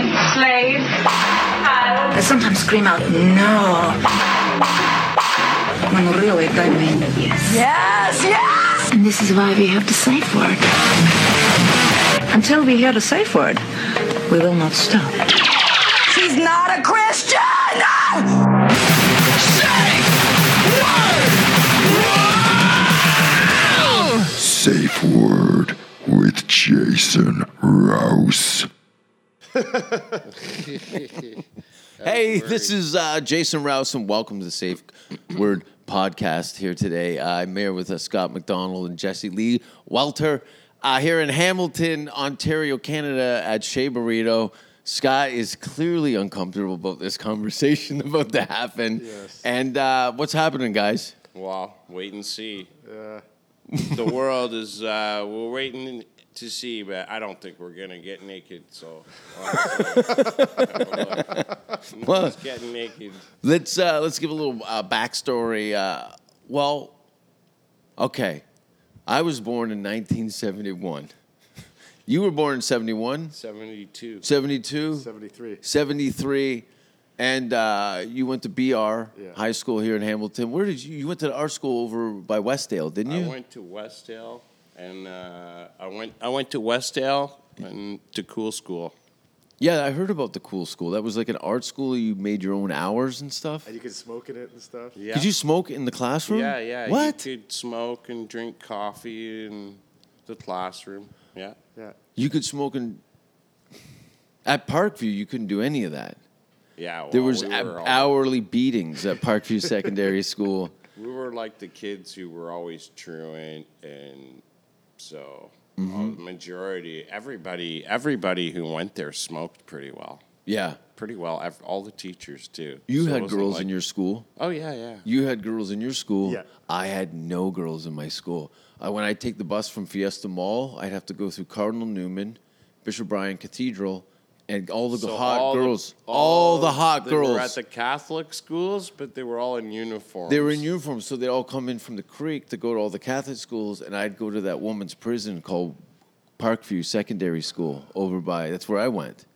slave, child. I sometimes scream out, no. When really I mean, yes. Yes, yes! And this is why we have the safe word. Until we hear the safe word, we will not stop. She's not a Christian! No! Safe word with Jason Rouse. Hey, this is uh, Jason Rouse, and welcome to the Safe Word Podcast here today. Uh, I'm here with uh, Scott McDonald and Jesse Lee Welter uh, here in Hamilton, Ontario, Canada at Shea Burrito. Scott is clearly uncomfortable about this conversation about to happen. Yes. And uh, what's happening, guys? Well, wait and see. the world is, uh, we're waiting to see, but I don't think we're going to get naked, so. honestly, no one's getting naked. Let's uh, let's give a little uh, backstory. Uh, well, okay, I was born in 1971. You were born in 71, 72. 72, 73. 73, and uh, you went to BR Yeah. High School here in Hamilton. Where did you you went to our school over by Westdale, didn't you? I went to Westdale, and uh, I, went, I went to Westdale and to Cool School. yeah, I heard about the cool school. That was like an art school. You made your own hours and stuff. And you could smoke in it and stuff. Yeah. Did you smoke in the classroom? Yeah, yeah. What? You could smoke and drink coffee in the classroom. Yeah. Yeah. You could smoke in at Parkview. You couldn't do any of that. Yeah. There well, was we ab- were all- hourly beatings at Parkview Secondary School. We were like the kids who were always truant, and so all Mm-hmm. the majority, everybody, everybody who went there smoked pretty well, Yeah, pretty well. ev- All the teachers too. you So it had wasn't girls like- in your school. Oh yeah, yeah. You had girls in your school. Yeah. I had no girls in my school. I, when I take the bus from Fiesta Mall, I'd have to go through Cardinal Newman, Bishop Bryan Cathedral, and all the So hot all the- girls. all the hot they girls. were at the Catholic schools, but they were all in Oh, uniform. They were in uniform, so they'd all come in from the creek to go to all the Catholic schools, and I'd go to that woman's prison called Parkview Secondary School over by. That's where I went.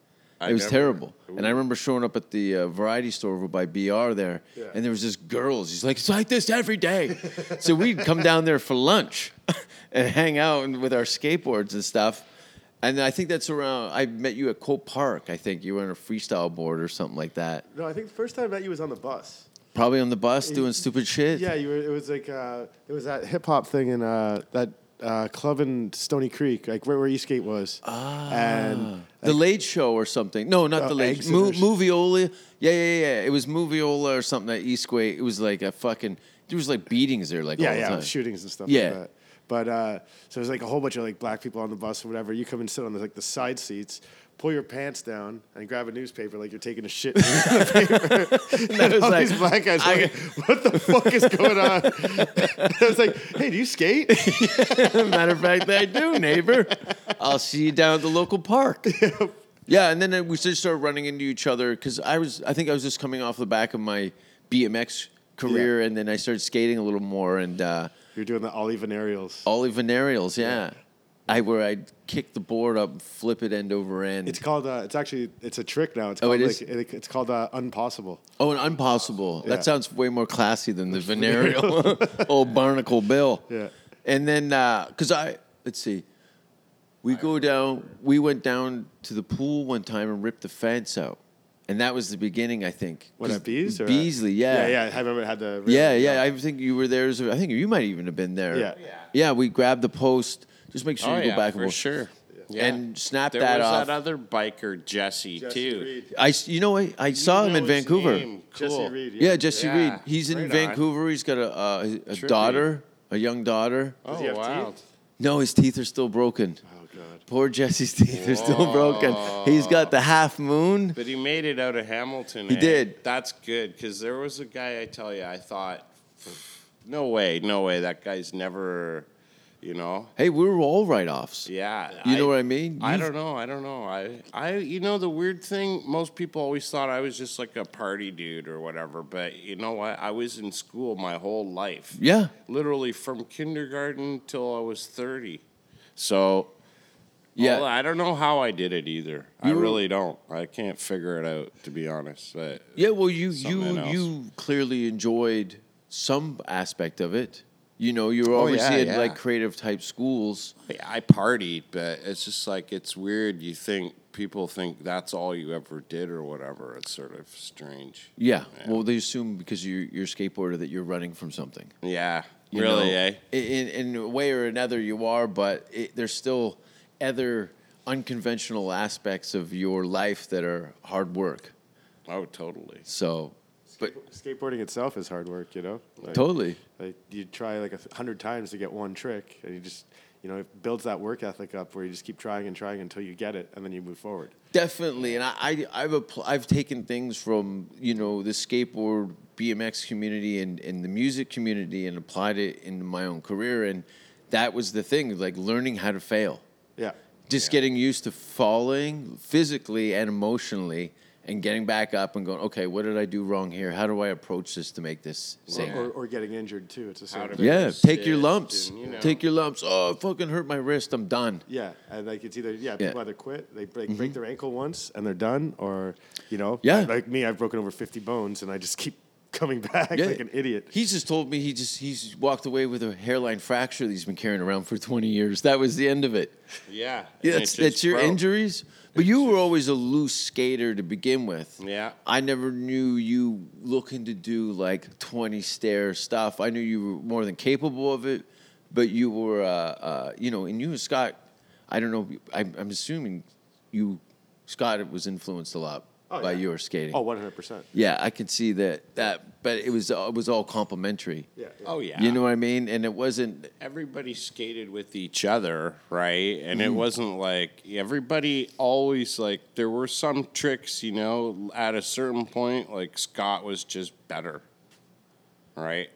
I it was never- terrible, and I remember showing up at the uh, variety store over by BR there, and there was this girl. She's like, "It's like this every day," so we'd come down there for lunch and hang out and, with our skateboards and stuff. And I think that's around. I met you at Cole Park. I think you were on a freestyle board or something like that. No, I think the first time I met you was on the bus. Probably on the bus doing stupid shit. Yeah, you were, it was like uh, it was that hip hop thing in uh, that uh, club in Stony Creek, like right where Eastgate was. Ah. And The Late Show or something. No, not Oh, the Late Show. Exit Mo- or sh- Moviola. Yeah, yeah, yeah. It was Moviola or something at Eastway. It was like a fucking. There was like beatings there, like yeah, all the yeah, time. shootings and stuff Yeah. like that. But uh, so there's like a whole bunch of like black people on the bus or whatever. You come and sit on the, like the side seats, pull your pants down, and grab a newspaper like you're taking a shit. And I was all like, these black guys I- were like, what the fuck is going on? I was like, hey, do you skate? matter of fact, I do, neighbor. I'll see you down at the local park. Yeah, and then uh, we just started running into each other because I was, I think I was just coming off the back of my BMX career, and then I started skating a little more and. uh You're doing the Ollie Venerials. Ollie Venerials, yeah. I where I'd kick the board up, flip it end over end. It's called. Uh, it's actually. It's a trick now. It's Oh, it called, is? Like, it- it's called uh, Unpossible. oh, an impossible. Yeah. That sounds way more classy than the venereal old barnacle bill. Yeah. And then because I let's see. We go down we went down to the pool one time and ripped the fence out. And that was the beginning, I think. What 'Cause at Bees? Or at- Beasley, yeah. Yeah, yeah. I remember it had the. Yeah, yeah. I think you were there. so I think you might even have been there. Yeah. Yeah. Yeah, we grabbed the post. Just make sure Oh you go yeah, back and for forth. sure. And snap there that uh, was off. that other biker Jesse, too. I, s- you know, what? I saw him know in his Vancouver. name. Cool. Jesse Reed. Yeah, Jesse Yeah, Reed. He's in right on. Vancouver. He's got a, uh, a Trippy. daughter, a young daughter. Oh he have wow. teeth? No, his teeth are still broken. Oh god. Poor Jesse's teeth are still broken. He's got the half moon. But he made it out of Hamilton. He eh? did. That's good because there was a guy. I tell you, I thought, no way, no way. That guy's never, you know. Hey, we were all write offs. Yeah. You know what I mean? I You've- don't know. I don't know. I, I, you know, the weird thing. Most people always thought I was just like a party dude or whatever. But you know what? I was in school my whole life. Yeah. Literally from kindergarten till I was thirty. So Yeah. Well, I don't know how I did it either. I You- really don't. I can't figure it out to be honest. But Yeah, well, you Something you else. you clearly enjoyed some aspect of it. You know, you were Oh, obviously yeah, at yeah. like creative type schools. Yeah, I partied, but it's just like it's weird. You think people think that's all you ever did or whatever. It's sort of strange. Yeah. Well, they assume because you you're a skateboarder that you're running from something. Yeah, you really, know? eh? I- In in a way or another, you are, but it, there's still other unconventional aspects of your life that are hard work. Oh, totally. So, but Skateboarding itself is hard work, you know. Like, totally. Like you try like a hundred times to get one trick, and you just you know it builds that work ethic up where you just keep trying and trying until you get it, and then you move forward. Definitely, and I, I I've appl- I've taken things from you know the skateboard BMX community and, and the music community and applied it into my own career, and that was the thing, like learning how to fail, Yeah. just getting used to falling physically and emotionally, and getting back up and going, okay, what did I do wrong here? How do I approach this to make this safe? Or, or getting injured too. It's the same. Out of thing. it. Yeah, take your Shit, lumps, and, you know. take your lumps. Oh, it fucking hurt my wrist. I'm done. Yeah, and like it's either yeah, people either quit, they break, break their ankle once and they're done, or you know, Mm-hmm. Yeah. like me, I've broken over fifty bones and I just keep coming back Yeah. like an idiot. He's just told me he just he's walked away with a hairline fracture that he's been carrying around for 20 years. That was the end of it. Yeah, Yeah, and it that's just that's your broke. injuries. But you were always a loose skater to begin with. Yeah. I never knew you looking to do like 20 stair stuff. I knew you were more than capable of it, but you were, uh, uh, you know, and you and Scott, I don't know, I'm, I'm assuming you, Scott was influenced a lot Oh, by yeah. your skating. Oh, 100 percent. Yeah, I can see that. That, but it was it was all complimentary. Yeah. yeah. Oh yeah. You know what I mean? And it wasn't. everybody skated with each other, right? And Hmm. it wasn't like everybody always like there were some tricks, you know, at a certain point like Scott was just better. Right?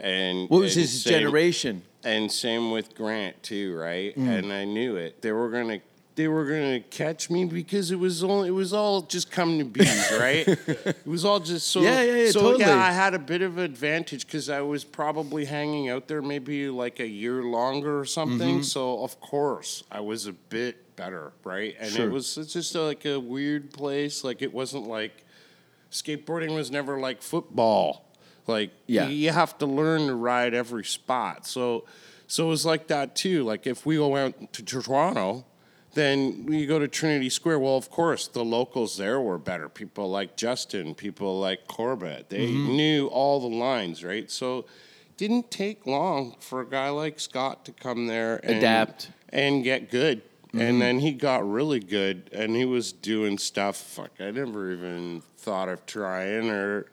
And What was and his same- generation? And same with Grant too, right? Mm. And I knew it. They were gonna they were gonna catch me because it was all it was all just come to bees, right? it was all just so Yeah, yeah, yeah, so totally. yeah, I had a bit of advantage because I was probably hanging out there maybe like a year longer or Mm-hmm. something. So of course I was a bit better, right? And Sure. it was it's just uh, like a weird place. Like it wasn't like skateboarding was never like football. Like Yeah. you have to learn to ride every spot. So so it was like that too. Like if we go out to Toronto, then you go to Trinity Square. Well, of course, the locals there were better. People like Justin, people like Corbett. They knew all the lines, right? So it didn't take long for a guy like Scott to come there and Adapt. Mm-hmm. and get good. And then he got really good and he was doing stuff fuck I never even thought of trying or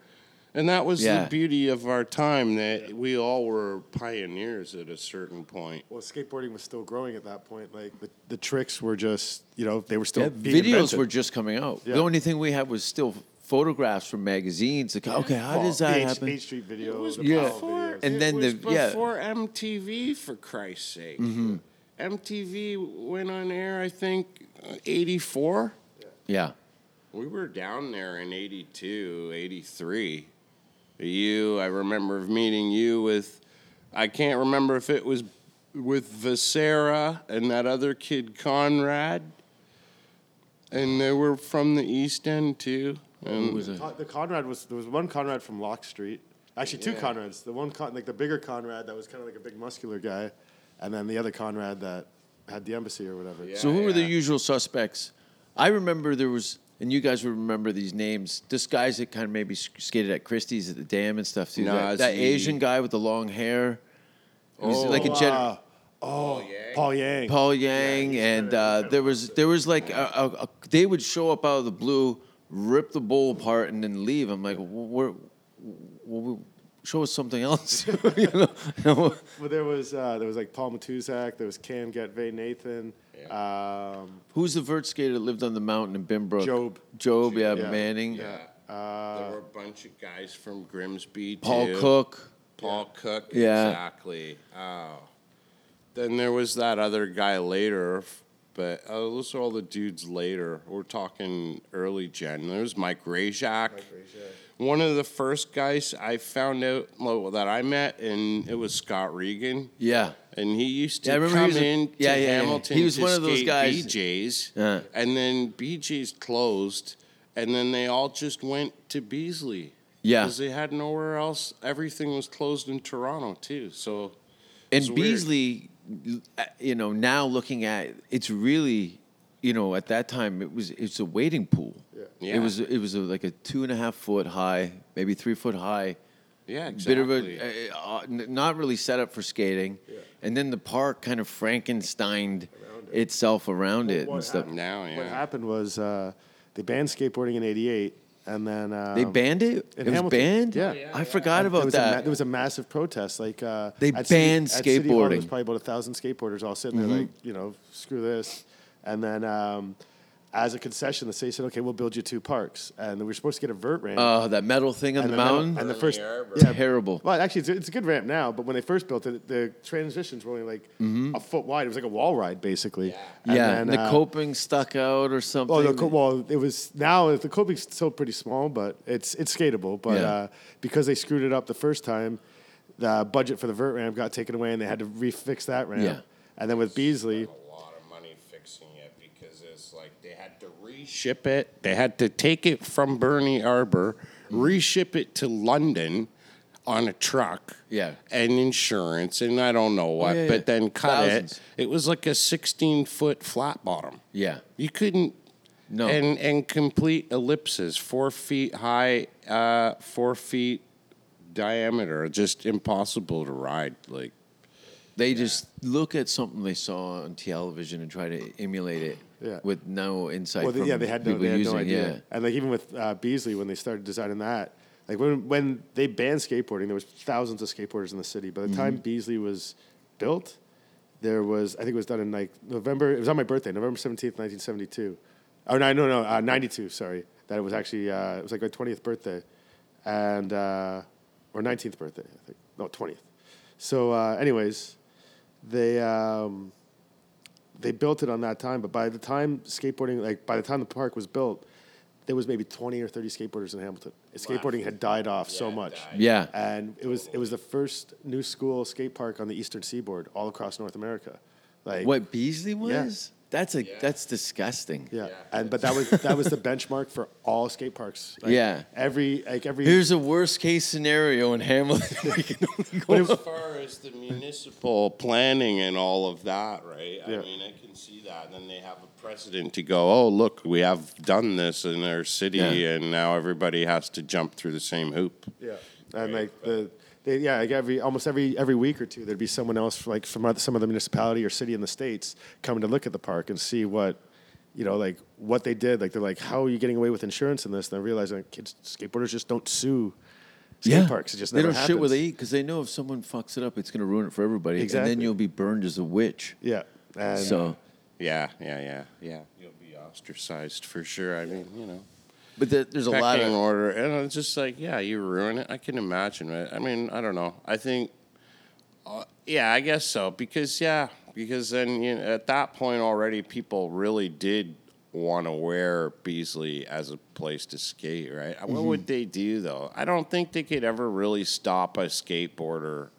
and that was Yeah. the beauty of our time that we all were pioneers at a certain point. Well, skateboarding was still growing at that point. Like the, the tricks were just you know they were still Yeah, being videos invented. were just coming out. Yeah. The only thing we had was still photographs from magazines. Like, okay, how does Well, that H- happen? H Street video. It was the Yeah. Powell before, videos. And it then was the- yeah. Mm-hmm. before MTV, for Christ's sake. MTV went on air, I think, 84. yeah. We were down there in 82, 83. You, I remember meeting you with, I can't remember if it was with Visera and that other kid, Conrad. And they were from the East End, too. And Con- Uh, the Conrad was there was one Conrad from Lock Street. Actually, two Conrads. The one Con- like the bigger Conrad that was kind of like a big muscular guy, and then the other Conrad that had the embassy or whatever. Yeah. So who were the usual suspects? I remember there was, and you guys would remember these names. This guy's that kind of maybe sk- skated at Christie's at the dam and stuff too. That, that Nazi. Asian guy with the long hair. It was like a Oh, gen- uh, oh, Paul Yang. Paul Yang, and uh, there was there was like a, a, a, they would show up out of the blue, rip the bowl apart, and then leave. I'm like, where, show us something else. you know? Well, there was uh, there was like Paul Matuzak. There was Cam Getvey, Nathan. Um, Who's the vert skater that lived on the mountain in Bimbrook? Job. Job, yeah, Yeah. Manning, yeah. uh, there were a bunch of guys from Grimsby, Paul too. Cook. Paul Cook, Yeah. exactly. Oh. Then there was that other guy later, f- but uh, those are all the dudes later. We're talking early gen. There was Mike Rajak. One of the first guys I found out well, that I met, and it was Scott Regan. Yeah. And he used to Yeah, I remember he come was a- in to yeah, yeah, yeah. Hamilton He was to one of those skate guys- BJ's, Yeah. and then BJ's closed, and then they all just went to Beasley. Yeah. because they had nowhere else. Everything was closed in Toronto too. So and It's weird. Beasley, uh, you know, now looking at it's really, you know, at that time it was it's a wading pool. Yeah. It was it was a, like a two and a half foot high, maybe three foot high. yeah, exactly. Bit of a uh, uh, n- not really set up for skating, and then the park kind of Frankensteined itself around it what and stuff. happened- now, What yeah. happened was uh, they banned skateboarding in '88, and then uh, They banned it. in it was Hamilton. banned. Yeah. Yeah, I forgot there about was A ma- that. there was a massive protest. Like uh, They at banned City, At City Hall, there was skateboarding. Mm-hmm. probably about a thousand skateboarders all sitting there, like you know, screw this. And then um, as a concession, the city said, okay, we'll build you two parks, and we were supposed to get a vert ramp. uh, that metal thing on and the, metal- mountain. and the first, yeah, terrible. Well, actually, it's, it's a good ramp now, but when they first built it, the transitions were only like a foot wide. It was like a wall ride, basically. Yeah, Mm-hmm. yeah, and the coping stuck out or something. uh, Oh, the co- well, it was now the coping's still pretty small, but it's it's skatable. But Yeah. uh, because they screwed it up the first time, the budget for the vert ramp got taken away, and they had to refix that ramp. Yeah. And then with Beasley, a lot of money fixing it because it's like they had to reship it. Mm-hmm. They had to take it from Bernie Arbor, reship it to London on a truck. Yeah. And insurance and I don't know what, Yeah, yeah, yeah. but then cut Thousands. it. It was like a 16 foot flat bottom. Yeah. You couldn't. No. And and complete ellipses, four feet high, uh, four feet diameter, just impossible to ride. Like They just look at something they saw on television and try to emulate it Yeah. with no insight. well, they, from yeah, they had no, people they had using, no it. idea. Yeah. And like even with uh, Beasley, when they started designing that, like when when they banned skateboarding, there was thousands of skateboarders in the city. By the time Mm-hmm. Beasley was built, there was I think it was done in like November. It was on my birthday, November seventeenth, nineteen seventy two. Oh no, no, no, uh, ninety two. Sorry, that it was actually uh, it was like my twentieth birthday, and uh, or nineteenth birthday, I think. No, twentieth. So, uh, anyways, they. Um, they built it on that time, but by the time skateboarding, like by the time the park was built, there was maybe twenty or thirty skateboarders in Hamilton. Skateboarding had died off so much, Yeah. and it was it was the first new school skate park on the Eastern Seaboard, all across North America. Like What Beasley was? Yeah. That's a that's disgusting. Yeah. and but that was that was the benchmark for all skate parks. Like, Yeah. every like every Here's a worst case scenario in Hamilton. we can only go as far as the municipal planning and all of that, right? I Yeah. mean, I can see that. And then they have a precedent to go, oh, look, we have done this in our city, Yeah. and now everybody has to jump through the same hoop. Yeah, and like the, they, yeah, like every almost every every week or two, there'd be someone else like from other, some other municipality or city in the states coming to look at the park and see what, you know, like what they did. Like they're like, how are you getting away with insurance in this? And they're realizing like, kids, skateboarders just don't sue skate parks. It just they never don't shit where happens. they eat because they know if someone fucks it up, it's gonna ruin it for everybody, and then Exactly. you'll be burned as a witch. Yeah, and So, Yeah, yeah, yeah, yeah. You'll be ostracized for sure. I mean, you know. but there- there's a lot pecking of order, and it's just like, yeah, you ruin it. I can imagine it. I mean, I don't know. I think, uh, yeah, I guess so because yeah, because then you know, at that point already people really did want to wear Beasley as a place to skate, right? What would they do though? I don't think they could ever really stop a skateboarder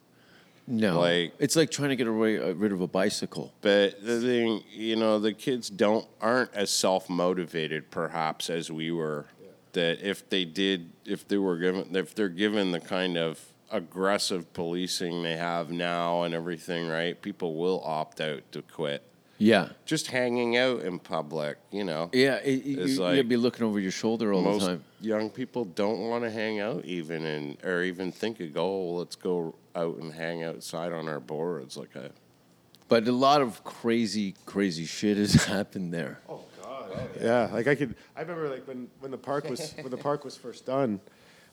no. like- it's like trying to get away, uh, rid of a bicycle. but the thing, you know, the kids don't aren't as self motivated perhaps as we were. That if they did, if they were given, if they're given the kind of aggressive policing they have now and everything, right? People will opt out to quit. Yeah. Just hanging out in public, you know. Yeah, it, you, It's you- like- you'd be looking over your shoulder all the Most time. young people don't want to hang out even and or even think of go, oh, let's go out and hang outside on our boards like a But a lot of crazy, crazy shit has happened there. Oh, Yeah, like I could. I remember like when when the park was when the park was first done,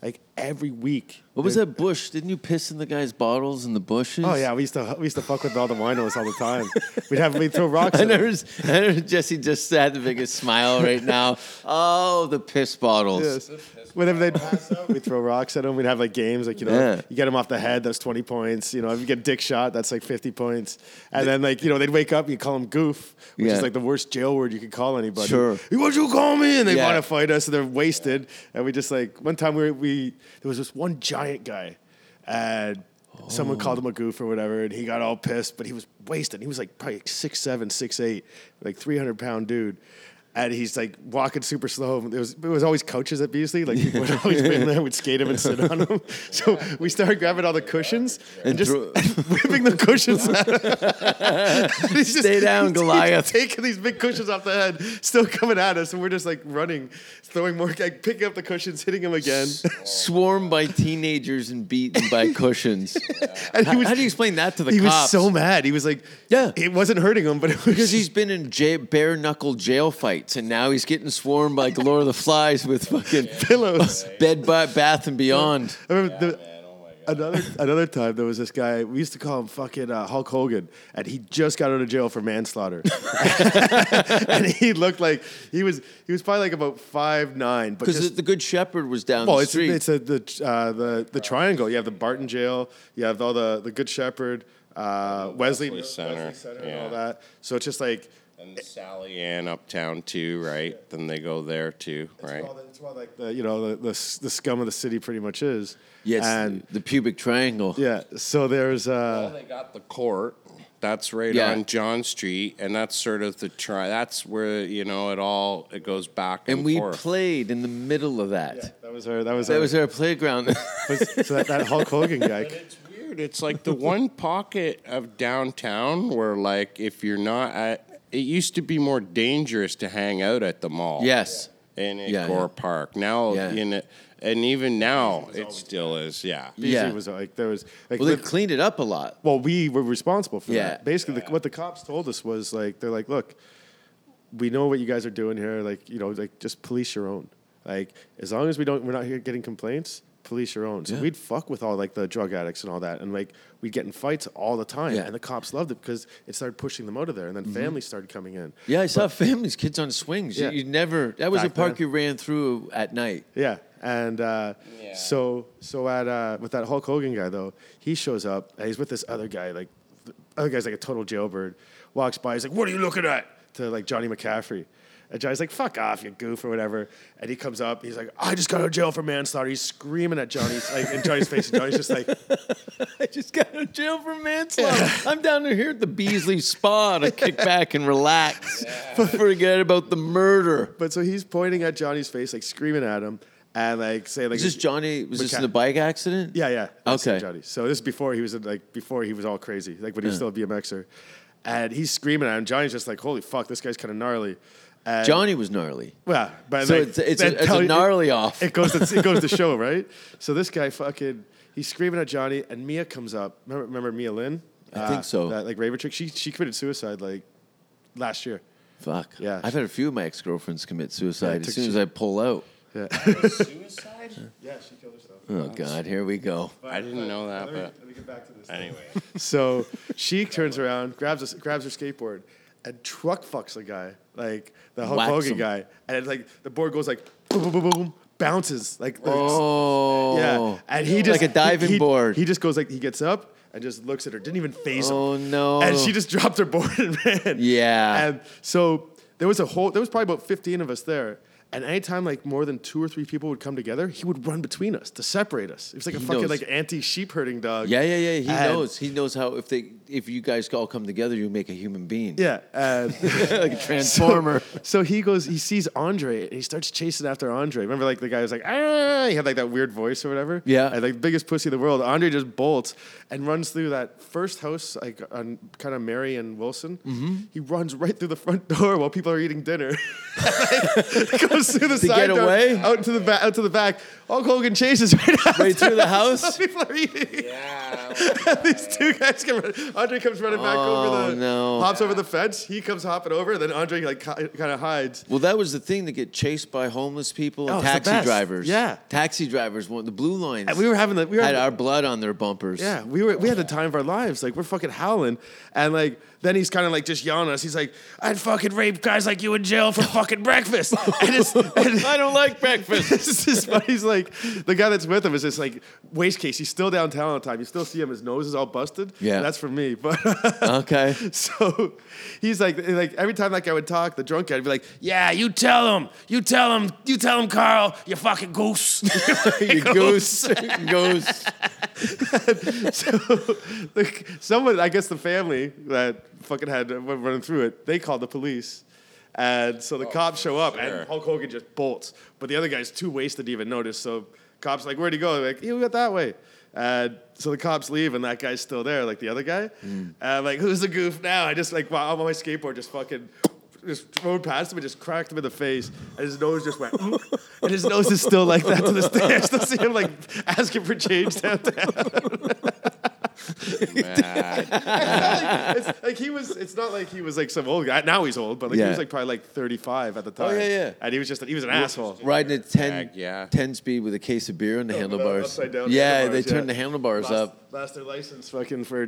like every week. What was there'd- that bush? Didn't you piss in the guy's bottles in the bushes? Oh yeah, we used to we used to fuck with all the winos all the time. We'd have we'd throw rocks. I at 'em. never, I never, Jesse just had the biggest smile right now. Oh, the piss bottles. Yes. Whenever they'd pass out, we'd throw rocks at them. We'd have like games, like you know, Yeah. you get them off the head, that's twenty points. You know, if you get a dick shot, that's like fifty points. And then like you know, they'd wake up, you call them goof, which Yeah. is like the worst jail word you could call anybody. Sure. "Hey, What'd you call me? And they Yeah. want to fight us, and they're wasted. And we just like one time we were, we there was this one giant guy, and Someone Oh. called him a goof or whatever, and he got all pissed. But he was wasted. He was like probably six seven, six eight, like three hundred pound dude. And he's like walking super slow. There was it was always coaches at Beasley. Like people would always bring there, would skate him and sit on him. So we started grabbing all the cushions and, And just threw- whipping the cushions at him. He's just- Stay down, he's- he's Goliath. taking these big cushions off the head, still coming at us, and we're just like running, throwing more, like picking up the cushions, hitting him again. Swarmed by teenagers and beaten by cushions. And How, how do you explain that to the he cops? was so mad. He was like, Yeah. it wasn't hurting him, but it was because he's been in ja bare knuckle jail fights, and now he's getting swarmed by Lord of the Flies with fucking pillows. Bed by Bath and Beyond. I remember the- another another time there was this guy. We used to call him fucking uh, Hulk Hogan, and he just got out of jail for manslaughter. and he looked like he was he was probably like about five nine, but Because just the Good Shepherd was down Well, the it's street. it's a, the uh, the the triangle. You have the Barton Jail. You have all the the Good Shepherd, uh, Wesley, Wesley Center, Wesley Center and yeah. all that. So it's just like And Sally Ann uptown too, right? Then they go there too, right? all the, it's all like the you know the, the s- the scum of the city pretty much is. yes, and the pubic triangle. yeah. So there's Well, uh, they got the court. That's right Yeah. on John Street, and that's sort of the try. That's where you know it all it goes back and, And we forth. played in the middle of that. that was our that was That our, was our playground. was- so that, that Hulk Hogan guy. It's weird. It's like the one pocket of downtown where, like, if you're not at, it used to be more dangerous to hang out at the mall. yes. and at Yeah, Gore yeah. Park. Now, Yeah. in it, and even now, it still is. Yeah. Beasley Yeah. was like there was like Well, they lit- cleaned it up a lot. well, we were responsible for Yeah. that. Basically, the, what the cops told us was like, they're like, look, we know what you guys are doing here. Like, you know, like just police your own. Like, as long as we don't, we're not here getting complaints. Police your own. So Yeah. we'd fuck with all like the drug addicts and all that, and like we'd get in fights all the time. Yeah. Mm-hmm. And the cops loved it because it started pushing them out of there, and then families started coming in. Yeah, I saw families, kids on swings. You- Yeah. You, never. That was Back a park then. you ran through at night. Yeah, and uh, so so at uh, with that Hulk Hogan guy though, he shows up. And he's with this other guy. Like the other guy's like a total jailbird. Walks by. He's like, "What are you looking at?" To like Johnny McCaffrey. And Johnny's like, "Fuck off, you goof or whatever." And he comes up. He's like, "I just got out of jail for manslaughter." He's screaming at Johnny's like in Johnny's face. And Johnny's just like, I just got out of jail for manslaughter. I'm down here at the Beasley Spa to kick back and relax. Forget about the murder. "But so he's pointing at Johnny's face, like screaming at him, and like saying like." Is this Johnny? Was this in McCa- the bike accident? Yeah, yeah. That's Okay. Johnny. So this is before he was in, like before he was all crazy, like when he was still a BMXer, and he's screaming at him. Johnny's just like, "Holy fuck, this guy's kind of gnarly." And, Johnny was gnarly. well, but So then- it's- it's a- then it's a tell you- gnarly off. It goes. To, it goes to show, right? So this guy fucking he's screaming at Johnny, and Mia comes up. Remember, remember Mia Lynn? Uh, I think so. That, like raver chick. She she committed suicide like last year. Fuck. Yeah. I've had a few of my ex girlfriends commit Yeah, suicide it as took soon you- as I pull out. Suicide? Yeah, she killed herself. Oh God, here we go. I didn't know that, but let me get back to this. anyway. So she turns around, grabs a, grabs her skateboard, and truck fucks the guy, like the Hulk Whacks Hogan him. guy, and it's like the board goes like boom, boom, boom, boom, bounces like, like Oh. yeah, and he just like a diving he- he- board. He just goes like he gets up and just looks at her, didn't even face Oh, him. no. And she just dropped her board and ran. Yeah. And so there was a whole there was probably about fifteen of us there. And anytime like more than two or three people would come together, he would run between us to separate us. It was like a He fucking knows. like anti sheep herding dog. Yeah, yeah, yeah. He And- knows. He knows how if they if you guys all come together, you make a human being. Yeah. And like a transformer. So he goes, he sees Andre and he starts chasing after Andre. Remember, like the guy was like, ah, he had like that weird voice or whatever. Yeah. And like the biggest pussy in the world. Andre just bolts and runs through that first house, like on kind of Mary and Wilson. Mm-hmm. He runs right through the front door while people are eating dinner. like, goes through the To side get door, away? out into the back, out to the back. Hulk Hogan chases right after. Right through the house? people are eating. Yeah. These two guys come. run- Andre comes running back over Oh, the no. hops over the fence. He comes hopping over. Then Andre like kind of hides. well, that was the thing to get chased by homeless people and Oh, it's the taxi best. drivers. Yeah. taxi drivers. One, the blue lines. And we were having the we were had our blood on their bumpers. yeah we were we had the time of our lives. Like we're fucking howling, and like then he's kind of like just yelling at us. He's like, "I'd fucking rape guys like you in jail for fucking breakfast." and it's, and I don't like breakfast. it's just funny. He's like, like the guy that's with him is just like waist case. He's still downtown all the time. You still see him. His nose is all busted. Yeah. that's for me. But Okay. so he's like, and, like every time like I would talk, the drunk guy would be like, "Yeah, you tell him, you tell him, you tell him, Carl, you fucking goose." You goose. goose. Like, someone, I guess the family that fucking had went running through it, they called the police. And so the cops show up sure. and Hulk Hogan just bolts. But the other guy's too wasted to even notice. So cops like, where'd he go? They're like, he went that way. And so the cops leave and that guy's still there, like the other guy. And I'm like, who's the goof now? I just like, wow, I'm on my skateboard just fucking just rode past him and just cracked him in the face. And his nose just went, "Mm." and his nose is still like that to this day. I still see him like asking for change downtown. Mad. it's like he was. It's not like he was like some old guy. Now he's old, but like Yeah. Oh, he was like probably like thirty five at the time. yeah, yeah. And he was just he was an asshole. Riding at 10, Bag, yeah. 10 speed with a case of beer in the with the handlebars. Oh, upside down yeah, handlebars, they turned yeah. the handlebars Lost, up. lost their license fucking for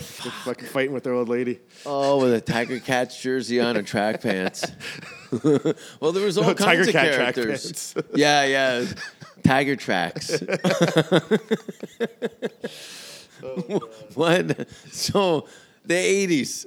for fucking fighting with their old lady. Oh, with a Tiger Cats jersey on and track pants. well, there was all kinds Tiger of Cat track characters. pants. yeah, yeah. Tiger tracks. What? So the eighties.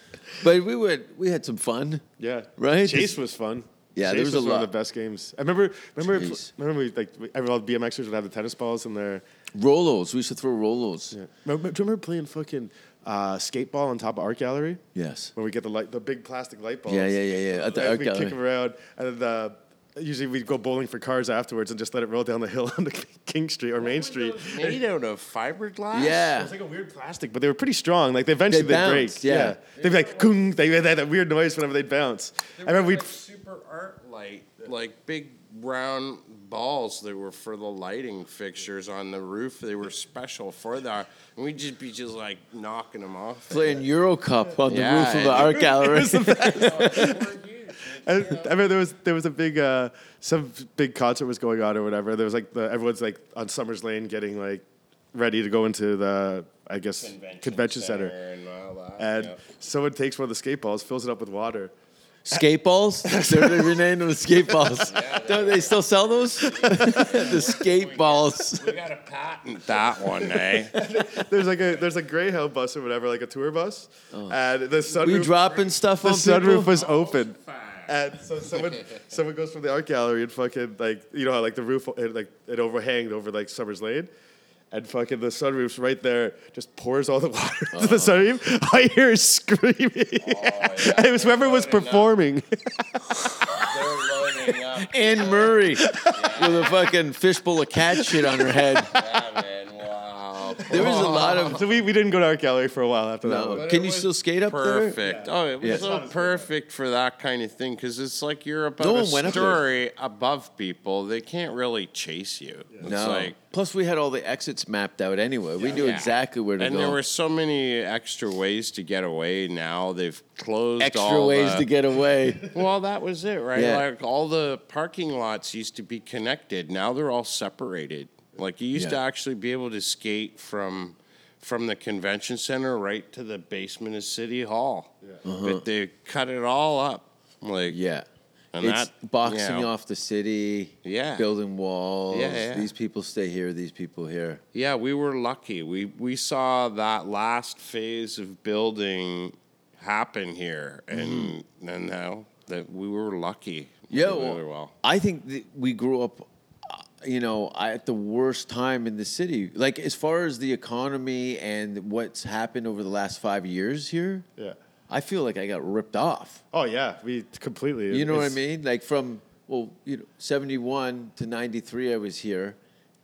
but we would we had some fun. Yeah. Right? Chase was fun. Yeah, Chase there was a was one lot. of the best games. I remember, remember, Jeez. remember, we, like we- every all the BMXers would have the tennis balls in their. Rolos. We used to throw rolos. Remember, do you remember playing fucking uh, skate ball on top of art gallery? Yes. Where we get the light, the big plastic light balls. Yeah, yeah, yeah, yeah. At the And art we'd gallery. kick 'em around, and then the, usually we'd go bowling for cars afterwards and just let it roll down the hill on the King Street or Main Street. Made out of fiberglass. It Yeah. was like a weird plastic, but they were pretty strong. Like they eventually They would bounced, break. yeah. They'd be like, "Kung," they had that weird noise whenever they'd bounce. I remember we'd. like super art light, like big round balls that were for the lighting fixtures on the roof. They were special for that, and we'd just be just like knocking them off. Playing Euro Cup on the Yeah, roof of the art it- gallery. I, I remember there was there was a big uh, some big concert was going on or whatever. There was like the, everyone's like on Summers Lane getting like ready to go into the I guess convention, center. and all that. And yeah. someone takes one of the skate balls, fills it up with water. skate balls? They're renamed them skate balls. Don't they still sell those? the skate balls. We got a patent that one, eh? There's like a there's a Greyhound bus or whatever, like a tour bus, and the sunroof. We dropping stuff the on people? sunroof was open. And so someone, someone goes from the art gallery and fucking like you know how like the roof it, like it overhanged over like Summers Lane, and fucking the sunroof's right there just pours all the water into the Oh. sunroof. I hear is screaming. it was whoever was performing. They're loading up, Anne Murray with a fucking fishbowl of cat shit on her head. yeah, man. Wow. There was a lot of. so we, we didn't go to art gallery for a while after that one. No. But Can it you was still skate up there? perfect. Oh, it was Yeah. so perfect for that kind of thing because it's like you're about No a one went up there. story above people. They can't really chase you. It's No. like Plus, we had all the exits mapped out anyway. We knew Yeah. exactly where to and go. there were so many extra ways to get away. Now they've closed extra all ways the- to get away. Well, that was it, right? Yeah. Like all the parking lots used to be connected. Now they're all separated. Like you used to Yeah. actually be able to skate from from the convention center right to the basement of City Hall, but they cut it all up. Uh-huh. Like Yeah. And it's that, boxing you know. off the city, Yeah. building walls. Yeah, yeah. These people stay here, these people here. Yeah, we were lucky. We we saw that last phase of building happen here, and and now that we were lucky. We Yeah, did Mm-hmm. well, really well. I think that we grew up, uh, you know, I- at the worst time in the city. Like as far as the economy and what's happened over the last five years here, Yeah. I feel like I got ripped off. Oh yeah, we completely. You know what I it's- mean? Like from well, you know, seventy one to ninety three, I was here,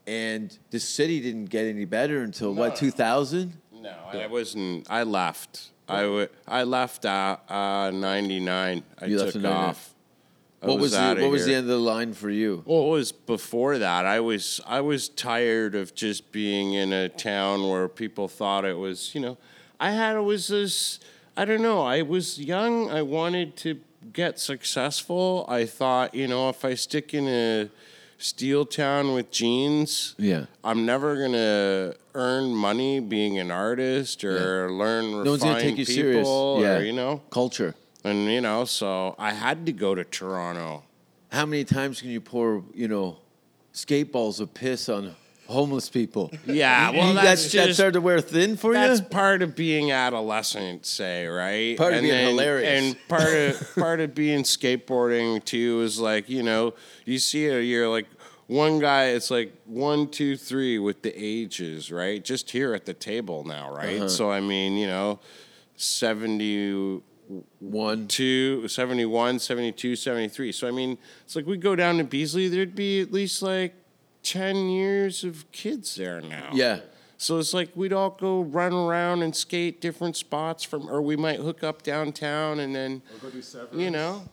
and the city didn't get any better until what two thousand. No, I wasn't. I left. I wa- I left at uh, ninety nine. I You left took in 99. off. I What was, the, what outta was the here. end of the line for you? Well, it was before that. I was I was tired of just being in a town where people thought it was, you know, I had it was this. I don't know. I was young. I wanted to get successful. I thought, you know, if I stick in a steel town with jeans, Yeah. I'm never gonna earn money being an artist or learn refined No one's gonna take you serious. people Yeah, or you know. culture. And you know, so I had to go to Toronto how many times can you pour, you know, skate balls of piss on homeless people? Yeah, You- well, you- that's that just- started to wear thin for That's you. part of being adolescent, say, right? Part of being hilarious. And part of part of being skateboarding too is like, you know, you see it, you're like one guy, it's like one, two, three with the ages, right? Just here at the table now, right? Uh-huh. So I mean, you know, 70 One, two, 72, 71, 72, 73. So, I mean, it's like we go down to Beasley, there'd be at least like 10 years of kids there now. Yeah. So it's like we'd all go run around and skate different spots from, or we might hook up downtown and then, you know.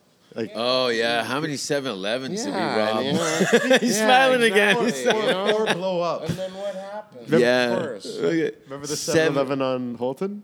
oh yeah, how many 7-Elevens did we rob? you know. He's Yeah, smiling again. exactly, you know? Or blow up. And then what happens? Yeah. Of course. Okay. Remember the Seven- 7 Eleven on Holton?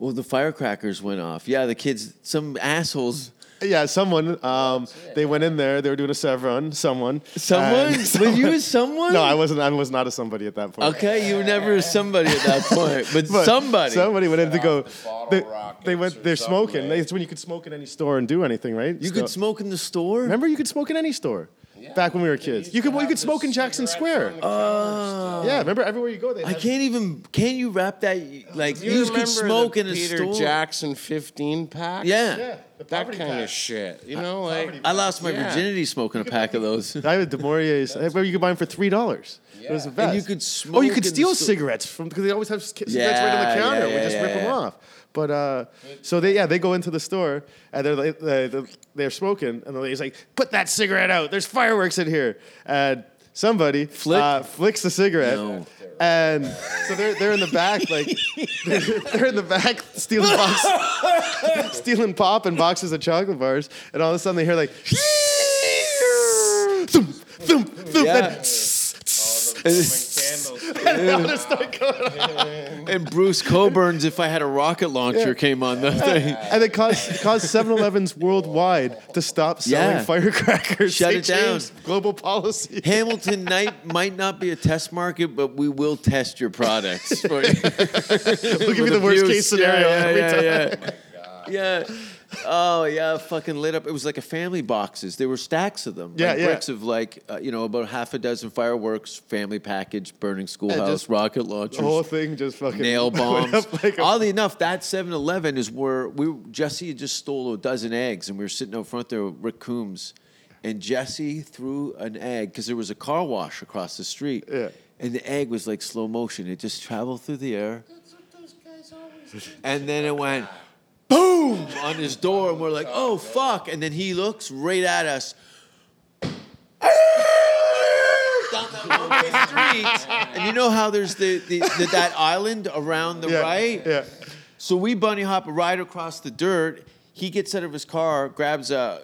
Well, the firecrackers went off. Yeah, the kids, some assholes. Yeah, someone. Um, they went in there. They were doing a Sevron. Someone. Someone? and Uh, Were you a someone? No, I wasn't. I was not a somebody at that point. Okay, you were never somebody at that point, but, But somebody. Somebody went in to go. bottle They, rockets they or went. They're something, smoking. right? It's when you could smoke in any store and do anything, right? you could smoke in the store. Remember, you could smoke in any store. Back when we were kids, you could well, you could smoke in Jackson Square. Oh. yeah, remember everywhere you go, they. I had- can't even. Can you wrap that? Like Uh, You, you, remember could smoke the in a Peter store. Jackson 15 pack? Yeah. Uh, Yeah, the That poverty kind of tax. shit. You know, like. I lost my Yeah. virginity smoking a pack of those. I had Demorier's. Where you could buy them for three dollars. It was the And best. you could Oh, you smoke could in the steal store. cigarettes from because they always have c- cigarettes right Yeah, on the counter. yeah, we just yeah, rip yeah. them off. But uh, so they yeah they go into the store and they're like, they- they- they're smoking and the lady's like put that cigarette out. There's fireworks in here and somebody Flick? uh, flicks the cigarette. No. And so they're they're in the back like they're, they're in the back stealing box, stealing pop and boxes of chocolate bars and all of a sudden they hear like thump thump thump Yeah. oh, and they all just start going and Bruce Coburn's "If I Had a Rocket Launcher" Yeah. came on the thing. and it caused caused 7-Elevens worldwide to stop selling Yeah. firecrackers. Shut They it down. changed Global policy. Hamilton night might not be a test market, but we will test your products. For you. We'll give you the worst case scenario every yeah, time. yeah. Yeah. Oh yeah, fucking lit up. It was like a family boxes. There were stacks of them. Yeah, like yeah. Bricks of like uh, you know about half a dozen fireworks, family package, burning schoolhouse, just- rocket launchers, The whole thing just fucking nail went bombs. up like a- Oddly enough, that 7-Eleven is where we Jesse had just stole a dozen eggs, and we were sitting out front there with Rick Coombs, and Jesse threw an egg because there was a car wash across the street, Yeah. and the egg was like slow motion. It just traveled through the air, and then it went boom on his door, and we're like, oh fuck! And then he looks right at us. Down that one-way street, and you know how there's the, the, the that island around the yeah, right, Yeah. so we bunny hop right across the dirt. He gets out of his car, grabs a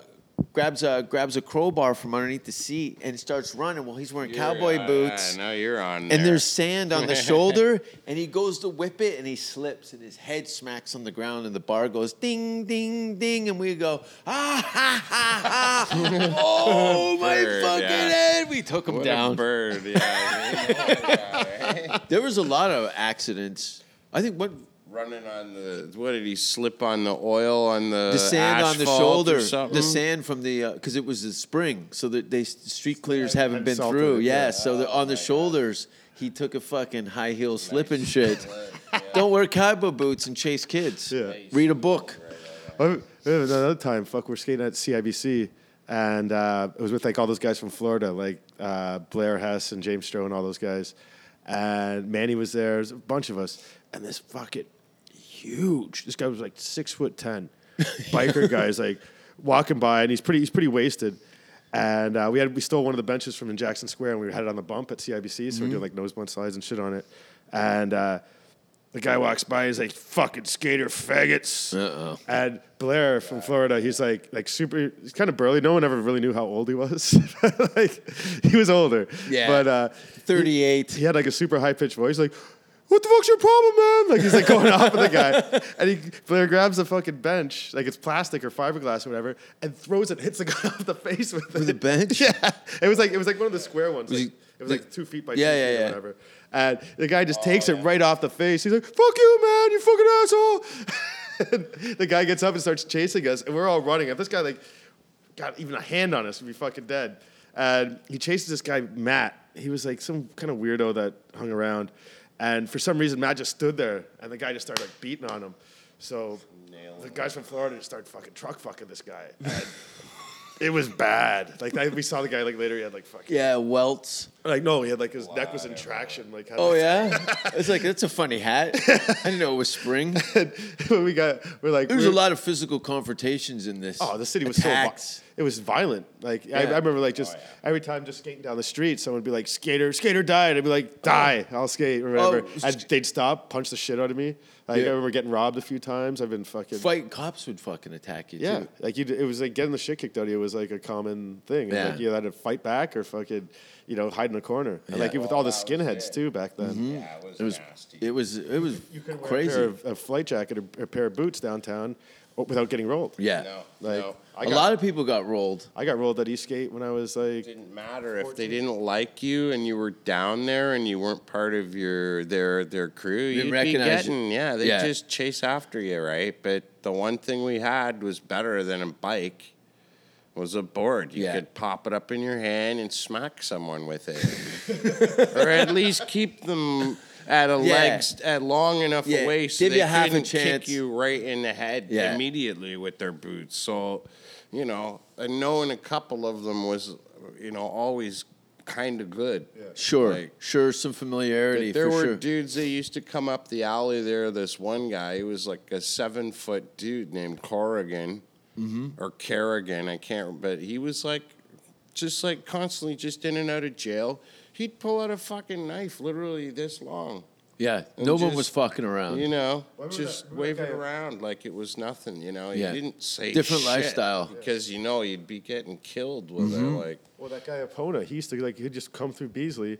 grabs a grabs a crowbar from underneath the seat, and starts running. Well, he's wearing cowboy You're- uh, boots. I know you're on. And there. there's sand on the shoulder, and he goes to whip it, and he slips, and his head smacks on the ground, and the bar goes ding, ding, ding, and we go ah ha ha ha! oh my Bird, fucking yeah. head! We took him What down. a bird. Yeah, There was a lot of accidents. I think what running on the. What did he slip on the oil on the? the sand on the uh, asphalt or shoulder, something? the sand from the because it was the spring, so that they street clears haven't been salted through. it, Yeah, yeah. so the, on the shoulders, he took a fucking high heel slip and shit. Don't wear cowboy boots and chase kids. Yeah. Read a book. Well, there was Another time, fuck, we're skating at CIBC, and uh, it was with like all those guys from Florida, like uh, Blair Hess and James Stroh and all those guys. And Manny was there, there was a bunch of us, and this fucking huge. This guy was like six foot ten, biker guy is like walking by, and he's pretty, he's pretty wasted. And uh, we had we stole one of the benches from in Jackson Square, and we had it on the bump at CIBC, so we're doing like nose blunt slides and shit on it. And uh, the guy walks by, he's like, "Fucking skater faggots." Uh-oh. And Blair from Florida, he's like like super. He's kind of burly. No one ever really knew how old he was. like he was older. Yeah. But uh, Thirty-eight. he had like a super high pitched voice, like. What the fuck's your problem, man? Like he's like going off with the guy, and he Blair grabs the fucking bench, like it's plastic or fiberglass or whatever, and throws it, hits the guy off the face with With it. the bench? Yeah, it was like it was like one of the square ones. Was like- he- it was like two feet by Yeah, two yeah, feet yeah. Oh, or whatever. And the guy just takes it right off the face. He's like, "Fuck you, man! You fucking asshole!" And the guy gets up and starts chasing us, and we're all running. And this guy like got even a hand on us, we'd be fucking dead. And he chases this guy, Matt. He was like some kind of weirdo that hung around. And for some reason, Matt just stood there, and the guy just started like beating on him. So the guys from Florida just started fucking truck fucking this guy. And it was bad. Like I, we saw the guy like later. He had like fucking Yeah, welts. like no, he had like his neck was in traction. Like had, Oh yeah, it's like that's a funny hat. I didn't know it was spring. when we got we're like There was we a were- lot of physical confrontations in this. Oh, the city was so Attacks. vi- it was violent. Like I, I Yeah. remember, like just every time just skating down the street, someone would be like, "Skater, skater, died." I'd be like, "Die, I'll skate," or whatever. Oh, and they'd stop, punch the shit out of me. Like, Yeah. I remember getting robbed a few times. I've been fucking Fight cops would fucking attack you. Yeah, too. like you, it was like getting the shit kicked out of you was like a common thing. It was Yeah. Like you had to fight back or fucking, you know, hide in a corner. And Yeah. Like with all the skinheads too back then. Yeah, it was, nasty. It was it was Wear A, crazy. pair of, a flight jacket or a pair of boots downtown o- without getting rolled. yeah, No, Like no. I a got, lot of people got rolled. I got rolled at Eastgate when I was like didn't matter if they didn't like you and you were down there and you weren't part of your their their crew. Didn't You'd be recognize you. getting yeah. They Yeah. just chase after you, right? But the one thing we had was better than a bike. Was a board. You Yeah. could pop it up in your hand and smack someone with it, or at least keep them at a Yeah. legs at long enough Yeah, away so give they you half a couldn't chance. kick you right in the head Yeah. immediately with their boots. So, you know, and knowing a couple of them was, you know, always kind of good. Sure, Like- sure, some familiarity But there for were sure. dudes that used to come up the alley there. This one guy, he was like a seven foot dude named Corrigan Mm-hmm. or Kerrigan, I can't. But he was like, just like constantly just in and out of jail. He'd pull out a fucking knife, literally this long. yeah, and no one just- was fucking around. You know, remember just that- remember wave that it guy- around like it was nothing. You know, Yeah. he didn't say Different shit lifestyle. Mm-hmm. because you know you'd be getting killed with it. Like, Well, that guy Epona, he used to like he'd just come through Beasley,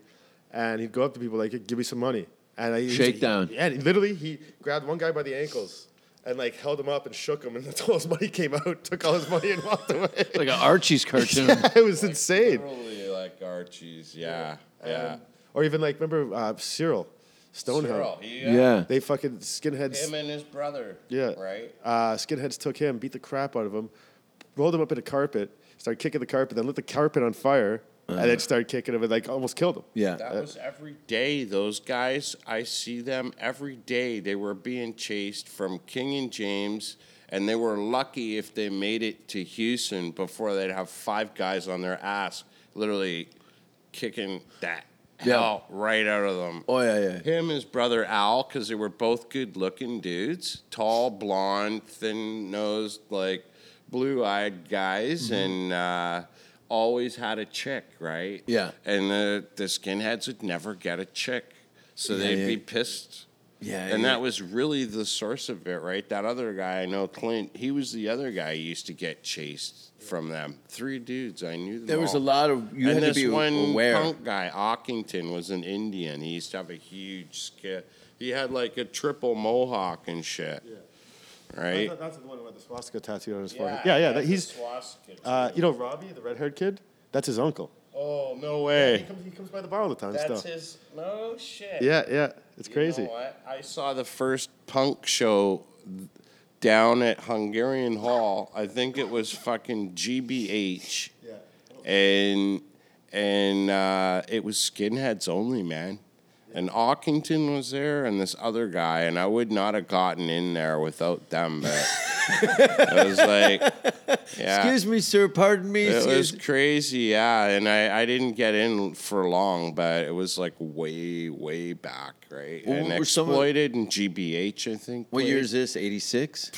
and he'd go up to people like, "Give me some money," and I Shakedown. He, yeah, and literally, he grabbed one guy by the ankles and like held him up and shook him, and until his money came out, took all his money and walked away. like an Archie's cartoon. it was insane. Totally like Archie's, yeah, yeah. Um, or even like remember uh, Cyril Stonehill? Cyril, he, uh, yeah, They fucking skinheads. him and his brother, Yeah. right. Uh, skinheads took him, beat the crap out of him, rolled him up in a carpet, started kicking the carpet, then lit the carpet on fire, and then started kicking him and like almost killed him. yeah. uh, That was every day. Those guys, I see them every day. They were being chased from King and James, and they were lucky if they made it to Houston before they'd have five guys on their ass, literally kicking that Yeah. hell right out of them. Oh yeah, yeah. Him, his brother Al, because they were both good looking dudes, tall, blonde, thin nosed, like blue eyed guys, Mm-hmm. and uh, always had a chick, right? Yeah. And the, the skinheads would never get a chick. So they'd yeah. be pissed. Yeah, And yeah. that was really the source of it, right? That other guy I know, Clint, he was the other guy who used to get chased from them. Three dudes, I knew them. There was all a lot of you and had to this be one aware. punk guy, Ockington, was an Indian. He used to have a huge skin. He had like a triple mohawk and shit. Right? That's, that's the one with the swastika tattooed on his forehead. Yeah, yeah. That, he's, uh, you know, Robbie, the red-haired kid. That's his uncle. oh no He way! comes, he comes by the bar all the time. That's still. his. No shit. Yeah, yeah. It's You crazy. know what? I saw the first punk show down at Hungarian Hall. I think it was fucking GBH. And and uh, it was skinheads only, man. And Ockington was there and this other guy, and I would not have gotten in there without them. But I was like, yeah. Excuse me, sir. Pardon me. It was Excuse crazy, yeah. And I, I didn't get in for long, but it was like way, way back, right? Well, and were some of- exploited and GBH, I think. What played. year is this? 86?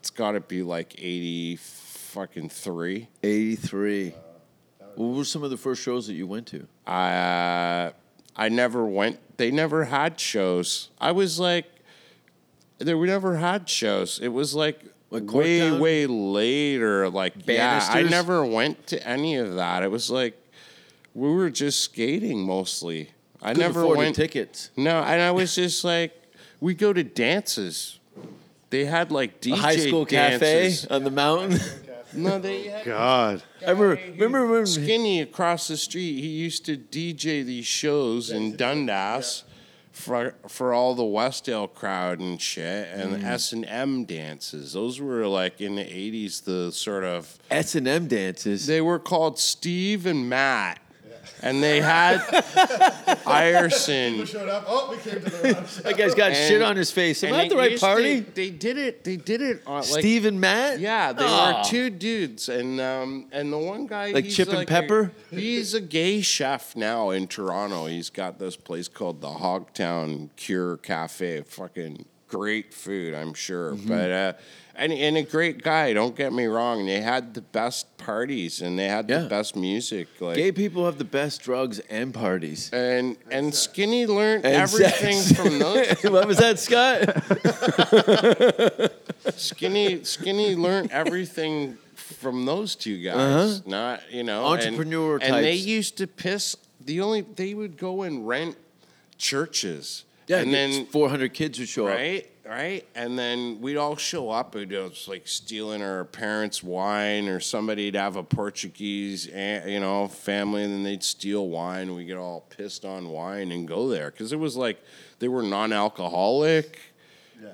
It's got to be like 80 fucking three. 83. What were some of the first shows that you went to? Uh, I never went, they never had shows. I was like, they we never had shows. It was like, Like way, Corktown? way later. Like, yeah, I Bannisters? never went to any of that. It was like, we were just skating mostly. I Couldn't never afford the went. tickets. No, and I was just like, we go to dances. They had like DJ A high school dances. cafe on the mountain. No, they had God. I remember, remember when Skinny across the street. He used to DJ these shows in Dundas for for all the Westdale crowd and shit, Mm. and S and M dances. Those were like in the '80s, the sort of S and M dances. they were called Steve and Matt. And they had Ierson. Showed up. Oh, we came to the wrong show. That guy's got And- shit on his face. Am and I at it the right used to- party? they did it. They did it on like Steve and Matt. Yeah, they Aw. were two dudes, and um, and the one guy Like he's Chip and a- Pepper? he's a gay chef now in Toronto. He's got this place called the Hogtown Cure Cafe. Fucking great food, I'm sure. Mm-hmm. But uh, and and a great guy. Don't get me wrong. They had the best parties and they had Yeah. the best music. Like Gay people have the best drugs and parties. and and Skinny learned And everything sex. from those what was that, Scott? Skinny Skinny learned everything from those two guys. Not you know and- Uh-huh. Entrepreneur and, they types. used to piss. The only they would go and rent churches. Yeah, and then 400 kids would show up. right right and then we'd all show up and it was like stealing our parents wine or somebody'd have a portuguese aunt, you know family and then they'd steal wine and we get all pissed on wine and go there because it was like they were non-alcoholic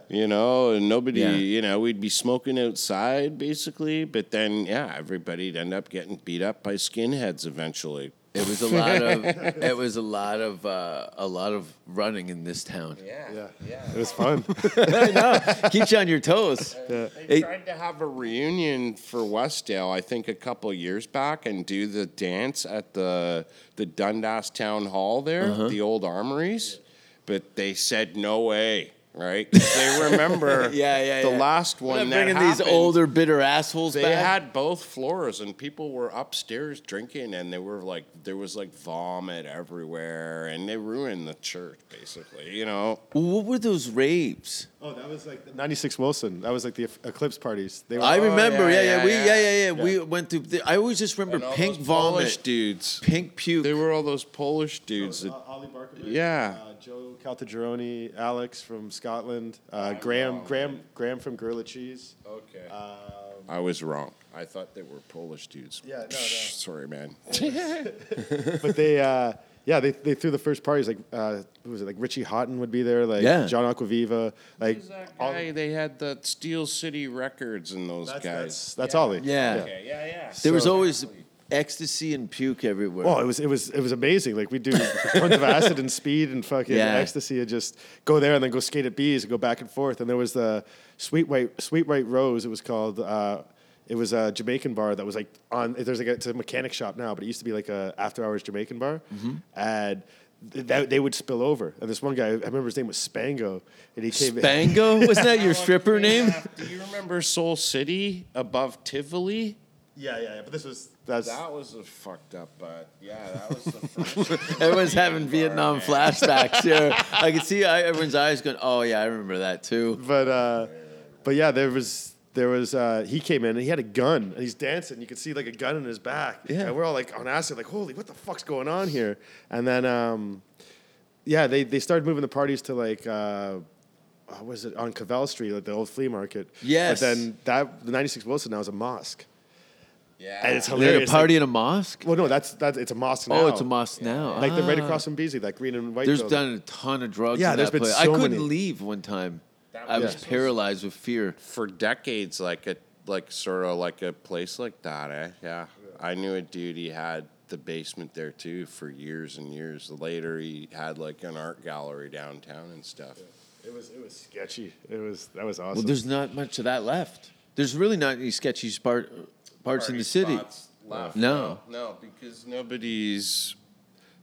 you know and nobody Yeah. you know we'd be smoking outside basically but then yeah everybody'd end up getting beat up by skinheads eventually It was a lot of it was a lot of uh, a lot of running in this town. Yeah. It was fun. Keeps you on your toes. They It- tried to have a reunion for Westdale, I think, a couple years back, and do the dance at the the Dundas Town Hall there, Uh-huh. the old armories. But they said no way, right? 'Cause They remember, Yeah, yeah, the yeah. last one I'm that bringing happened, these older bitter assholes They back. had both floors, and people were upstairs drinking, and they were like, there was like vomit everywhere, and they ruined the church, basically, you know. what were those raves? oh, that was like the 96 Wilson. That was like the e-, Eclipse parties. They were I all- remember. Oh, yeah, Yeah, yeah, yeah, we yeah. yeah, yeah, yeah. We went through. The, I always just remember And all pink those Polish vomit, dudes. pink puke. They were all those Polish dudes that Uh, Ollie Barkovich, Yeah. uh, Joe Caltagirone, Alex from Scotland, uh, Graham, Graham, Graham from Gorilla Cheese. Okay. Um, I was wrong. I thought they were Polish dudes. Yeah, no, no. Sorry, man. but they, uh, yeah, they, they threw the first parties. Like, uh, who was it? Like Richie Houghton would be there. Like Yeah. John Aquaviva. Like all- they had the Steel City Records and those that's, guys. that's that's Ollie. yeah. yeah, yeah. There was So- always ecstasy and puke everywhere. Well, it was it was it was amazing. Like we do tons of acid and speed and fucking Yeah. ecstasy, and just go there and then go skate at bees and go back and forth. And there was the sweet white sweet white rose. It was called. Uh, it was a Jamaican bar that was like on. There's like a, it's a mechanic shop now, but it used to be like a after hours Jamaican bar, and. th- That, they would spill over, and this one guy, I remember his name was Spango, and he came. in Spango? Wasn't that your stripper name? Do you remember Soul City above Tivoli? Yeah, yeah, yeah, but this was that's That was a fucked up, but yeah, that was the first. Everyone's having Vietnam flashbacks here. I can see I, everyone's eyes going, oh, yeah, I remember that too. but uh, but yeah, there was there was uh, he came in and he had a gun and he's dancing. You could see like a gun in his back. Yeah. and we're all like on acid, like holy, what the fuck's going on here? And then um, yeah, they they started moving the parties to like. Uh, what was it on Cavell Street, like the old flea market? Yes. But then that the '96 Wilson now is a mosque, yeah. and it's They had a hilarious. party like- in a mosque? well, no, that's that's it's a mosque now. Oh, it's a mosque now. Like they're right Ah. across from Beasley, like green and white. There's building. done a ton of drugs. Yeah, in there's that been place. I so couldn't many. leave one time. I was was paralyzed with fear. for decades like a like sort of like a place like that. Eh? Yeah. I knew a dude. He had the basement there too for years and years. Later, he had like an art gallery downtown and stuff. It was it was sketchy. It was that was awesome. Well, there's not much of that left. There's really not any sketchy part, parts in Party the city. spots left. No. no, because nobody's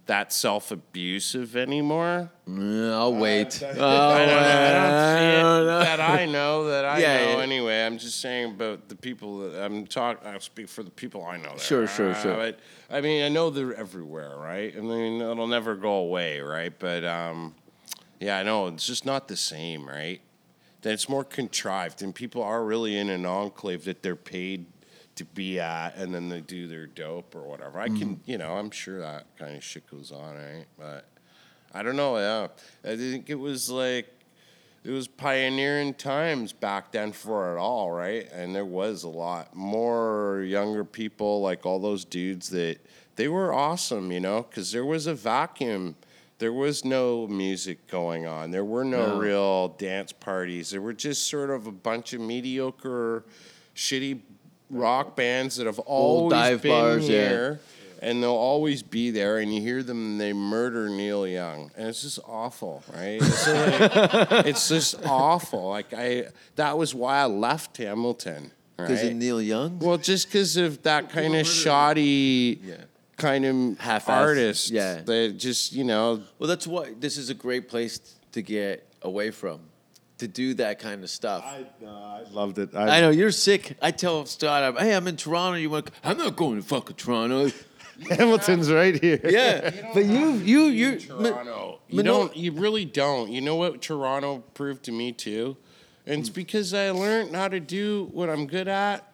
that self abusive anymore. Mm, I'll wait. Oh, I don't know. I I don't don't see know. it that I know that I Oh, Yeah, know yeah. anyway. I'm just saying about the people that I'm talking. I speak for the people I know. There. Sure, sure, Uh, sure. But I mean, I know they're everywhere, right? I mean, it'll never go away, right? But um, yeah, I know it's just not the same, right? That it's more contrived, and people are really in an enclave that they're paid to be at, and then they do their dope or whatever. I Mm-hmm. can, you know, I'm sure that kind of shit goes on, right? But I don't know. Yeah, I think it was like it was pioneering times back then for it all, right? And there was a lot more younger people, like all those dudes that they were awesome, you know, because there was a vacuum there was no music going on. There were no, real dance parties. There were just sort of a bunch of mediocre, shitty rock bands that have always dive been bars, yeah. here, and they'll always be there. And you hear them, and they murder Neil Young, and it's just awful, right? It's, like- it's just awful. Like I, that was why I left Hamilton. Because right? of Neil Young? Well, just because of that kind of shoddy, kind of Half-assed, artist. yeah. That just, you know, Well, that's why this is a great place to get away from, to do that kind of stuff. I, Loved it. I, know you're sick. I tell Scott, I'm, "Hey, I'm in Toronto. You want? I'm not going to fucking Toronto." Hamilton's right here. Yeah, but you, you, you, Toronto. You Mano- don't, you really don't. You know what Toronto proved to me too? And it's because I learned how to do what I'm good at.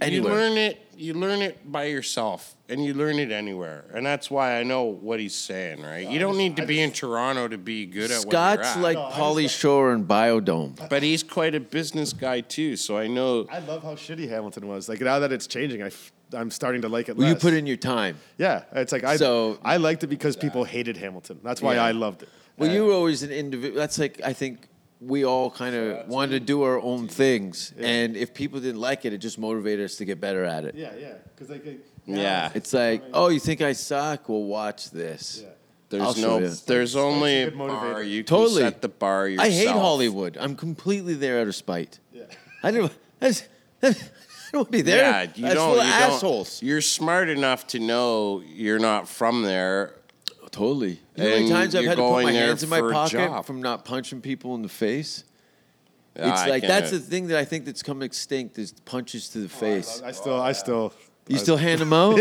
Anywhere. You learn it. You learn it by yourself, and you learn it anywhere, and that's why I know what he's saying, right? you don't need to be in Toronto to be good at what you're Scott's at. like Polly Shore and Biodome. but he's quite a business guy too, so I know. I love how shitty Hamilton was. Like now that it's changing, I f- I'm starting to like it. Well, you less. put in your time. Yeah, it's like I So- I liked it because people hated Hamilton. That's why Yeah. I loved it. Well, you were always an individual. That's like I think we all kind of wanted to do our own things, and if people didn't like it, it just motivated us to get better at it. Yeah, yeah, because like, Yeah. It's like, oh, you think I suck? Well, watch this. There's I'll show no. you. There's only a good motivator. bar you Totally. can set the bar yourself. I hate Hollywood. I'm completely there out of spite. Yeah. I don't. I, just, I don't want to be there. Yeah, you That's don't. full of you don't- assholes. You're smart enough to know you're not from there. Totally. You know how many And times I've you're had to put going my there hands in my for a pocket job. from not punching people in the face? It's I like get that's it. the thing that I think that's come extinct is punches to the face. Oh, I still, I still, uh, you still hand them out?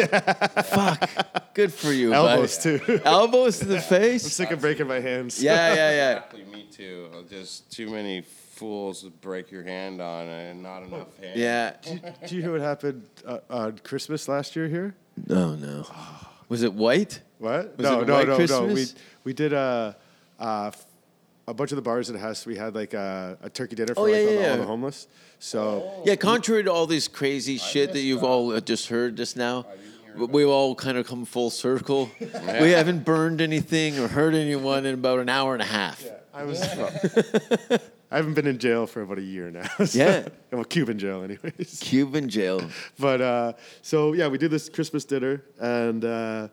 Fuck. Good for you. elbows buddy. too. Elbows to the I'm face. sick of breaking my hands. Yeah, yeah, yeah. Exactly. Me too. Just too many fools to break your hand on, and not enough hands. Yeah. Do you hear what happened uh, on Christmas last year here? Oh no. Was it white? What? Was no, it a no, white no, no. We Christmas? we did a. Uh, f- a bunch of the bars in the house, we had like a, a turkey dinner for Oh, like yeah, all, yeah, the, all yeah. the homeless. So Yeah, contrary to all this crazy shit that you've all all just heard just now, we've all kind of come full circle. We haven't burned anything or hurt anyone in about an hour and a half. I was. I haven't been in jail for about a year now. so- Yeah. well, Cuban jail, anyways. Cuban jail. But uh, so yeah, we did this Christmas dinner, and uh,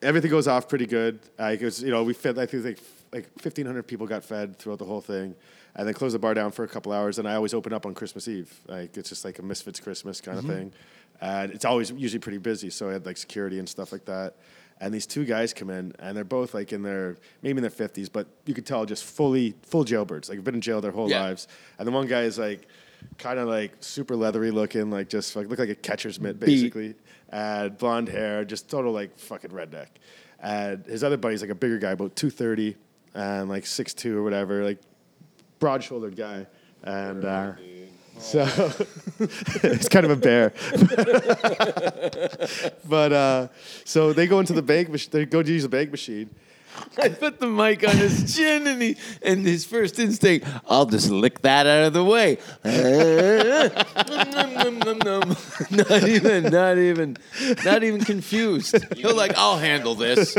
everything goes off pretty good. Like it was, you know, we fed. I think like like fifteen hundred people got fed throughout the whole thing, and then closed the bar down for a couple hours. And I always open up on Christmas Eve. Like it's just like a misfits Christmas kind of thing, and it's always usually pretty busy. So I had like security and stuff like that. And these two guys come in, and they're both like in their maybe in their fifties, but you could tell just fully full jailbirds. Like been in jail their whole Yeah. lives. And the one guy is like kind of like super leathery looking, like just like looked like a catcher's mitt basically. And blonde hair, just total like fucking redneck. And his other buddy's like a bigger guy, about two thirty and like six two or whatever, like broad shouldered guy. And uh, so it's kind of a bear. but uh, so they go into the bank, mach- they go to use the bank machine. I put the mic on his chin and he and his first instinct, I'll just lick that out of the way. Nom, nom, nom, nom, nom. Not even, not even, not even confused. You're like, I'll handle this.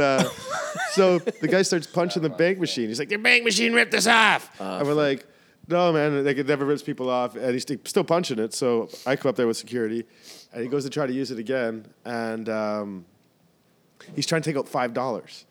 uh, so the guy starts punching the bank machine. He's like, "Your bank machine ripped us off," Oh, and we're like, "No, man, like it never rips people off." And he's st- still punching it. So I come up there with security, and he goes to try to use it again, and um, he's trying to take out five dollars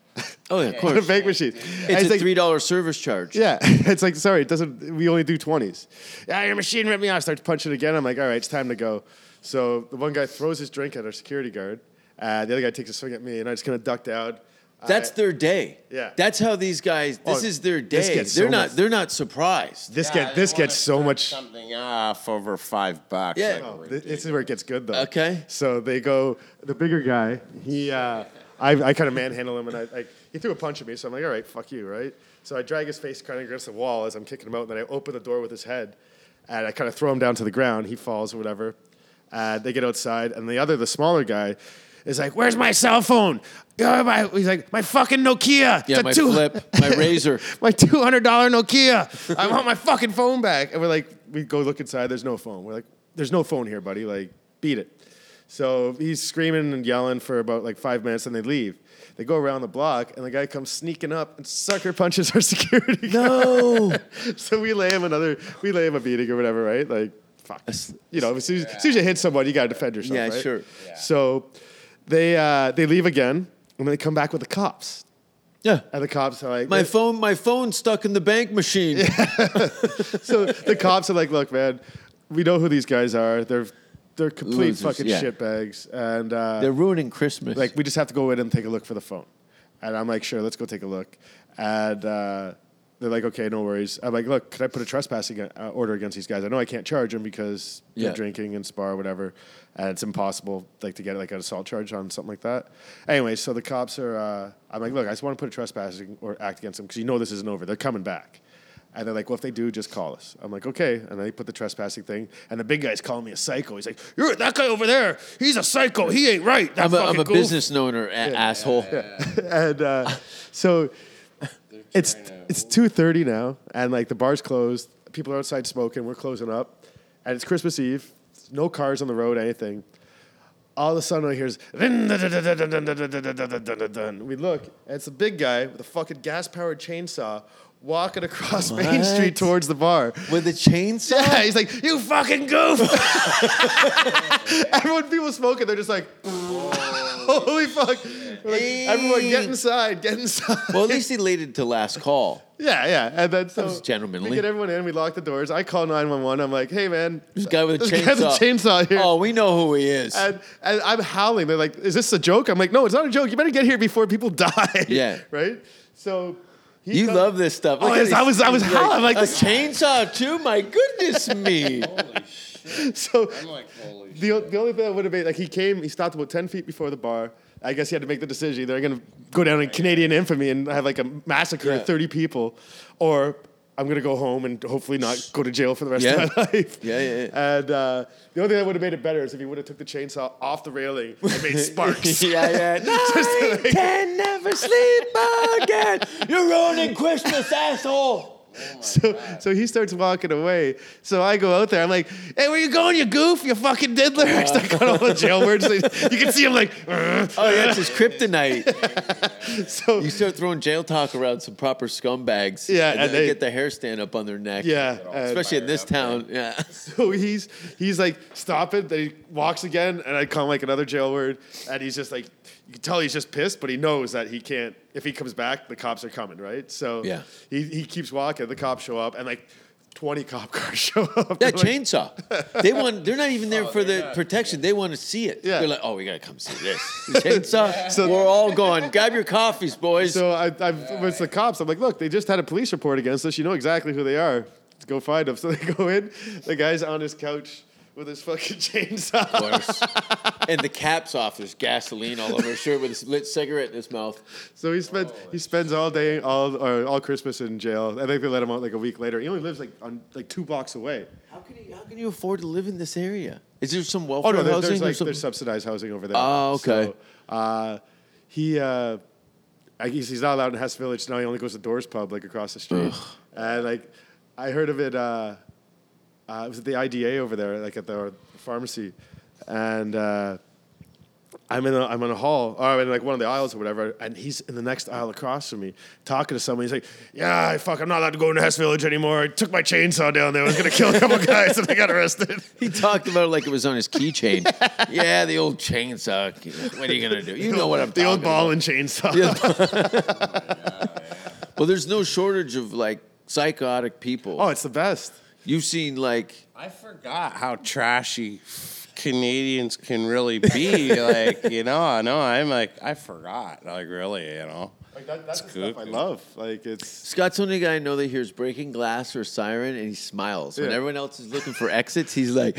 Oh yeah, of on the course. bank machine. And It's he's a like, three dollar service charge. Yeah, it's like sorry, it doesn't. We only do twenties. Yeah, your machine ripped me off. Starts punching again. I'm like, all right, it's time to go. So the one guy throws his drink at our security guard. Uh, the other guy takes a swing at me, and I just kind of ducked out. That's I- their day. Yeah. That's how these guys. This Oh, is their this day. They're gets so not. much- They're not surprised. this get this gets so much. Oh, Something off over five bucks. Yeah. like, Oh, Th- This is where it gets good though. Okay. So they go the bigger guy. He, uh, I, I kind of manhandle him, and I, I he threw a punch at me. So I'm like, all right, fuck you, right? So I drag his face kind of against the wall as I'm kicking him out, and then I open the door with his head, and I kind of throw him down to the ground. He falls or whatever. Uh, they get outside, and the other, the smaller guy, is like, "Where's my cell phone?" "Oh, my-" He's like, "My fucking Nokia." Yeah, The my two- flip, my razor. my two hundred dollar Nokia. I want my fucking phone back. And we're like, we go look inside. There's no phone. We're like, there's no phone here, buddy. Like, beat it. So he's screaming and yelling for about like five minutes, and they leave. They go around the block, and the guy comes sneaking up and sucker punches our security. No. so we lay him another, we lay him a beating or whatever, right? Like, fuck. You know, as soon as, as soon as you hit somebody, you gotta defend yourself. Yeah, right? sure. So they uh, they leave again, and then they come back with the cops. yeah. And the cops are like, My phone, my phone stuck in the bank machine. so the cops are like, look, man, we know who these guys are. They're they're complete Losers, fucking yeah. shitbags, and uh, They're ruining Christmas. like we just have to go in and take a look for the phone. And I'm like, sure, let's go take a look. And uh, they're like, okay, no worries. I'm like, look, could I put a trespassing uh, order against these guys? I know I can't charge them because Yeah. they're drinking and spar or whatever, and it's impossible like to get like an assault charge on something like that. Anyway, so the cops are. Uh, I'm like, look, I just want to put a trespassing or act against them because you know this isn't over. They're coming back. And they're like, well, if they do, just call us. I'm like, okay. And they put the trespassing thing. And the big guy's calling me a psycho. He's like, You're, that guy over there, he's a psycho. He ain't right. That I'm a, I'm fucking a goof." business owner, a- asshole. and uh, so it's it's two thirty now, and like the bar's closed. People are outside smoking. We're closing up, and it's Christmas Eve. No cars on the road. Anything. All of a sudden, I hear we look. And it's a big guy with a fucking gas powered chainsaw walking across Main What? Street towards the bar. With a chainsaw. Yeah, he's like, you fucking goof. Everyone, people smoking, they're just like, holy fuck. We're like, Everyone, get inside, get inside. Well, at least he laid it to last call. yeah, yeah. And then so was gentlemanly. we get everyone in, we lock the doors. I call 911. I'm like, hey, man. This guy with a This chainsaw. guy with a chainsaw here. Oh, we know who he is. And, and I'm howling. They're like, is this a joke? I'm like, no, it's not a joke. You better get here before people die. Yeah. right? So. he you comes- love this stuff. Oh, Look at yes, I his- was, I was he's howling. Like, a this. chainsaw too. My goodness me. so I'm like, holy shit. The, o- the only thing that would have been like he came, he stopped about ten feet before the bar. I guess he had to make the decision: they're going to go down in Canadian infamy and have like a massacre Yeah. of thirty people, or I'm going to go home and hopefully not go to jail for the rest Yeah. of my life. Yeah, yeah, And uh, the only thing that would have made it better is if he would have took the chainsaw off the railing and made sparks. yeah, yeah. Nine, Just like- ten, never sleep again. You're ruining Christmas, asshole. So, so he starts walking away. So I go out there. I'm like, "Hey, where you going, you goof? You fucking diddler!" I start calling all the jail words. you can see him like, Oh, that's his kryptonite. so You start throwing jail talk around some proper scumbags. Yeah, and, and then they they- get the hair stand up on their neck. yeah. and- especially in this town. Yeah. So he's he's like, stop it. Then he walks again, and I call him like another jail word, and he's just like, you can tell he's just pissed, but he knows that he can't. If he comes back, the cops are coming, right? So Yeah. he he keeps walking. The cops show up, and like twenty cop cars show up. Yeah, They're like, chainsaw. They want. They're not even there for the protection. Oh, They want to see it. Yeah. They're like, oh, we gotta come see this The chainsaw. so we're all going. Grab your coffees, boys. So I, I it's the cops. I'm like, look, they just had a police report against us. You know exactly who they are. Let's go find them. So they go in. The guy's on his couch with his fucking chainsaw. Course. and the cap's off. There's gasoline all over his shirt with a lit cigarette in his mouth. So he spends he spends all day all or all Christmas in jail. I think they let him out like a week later. He only lives like on like two blocks away. How can you? How can you afford to live in this area? Is there some welfare Oh no, there's, housing? there's or like some- there's subsidized housing over there. Oh, okay. So, uh, he uh, I guess he's not allowed in Hess Village now. He only goes to Doors Pub like across the street. And like I heard of it. Uh, uh, it was at the IDA over there, like at the pharmacy, and. Uh, I'm in a, I'm in a hall, or I'm in like one of the aisles or whatever, and he's in the next aisle across from me, talking to somebody. He's like, "Yeah, I fuck, I'm not allowed to go into Hess Village anymore. I took my chainsaw down there. I was gonna kill a couple guys, and I got arrested." he talked about it like it was on his keychain. yeah, the old chainsaw. What are you gonna do? You know what I'm The talking old ball about. and chainsaw. Well, there's no shortage of like psychotic people. Oh, it's the best. You've seen like I forgot how trashy Canadians can really be. like, you know, I know. I'm like, I forgot. Like, really, you know. Like that, that's the good. stuff I love. Like it's Scott's the only guy I know that hears breaking glass or siren and he smiles. When Yeah. everyone else is looking for exits, he's like,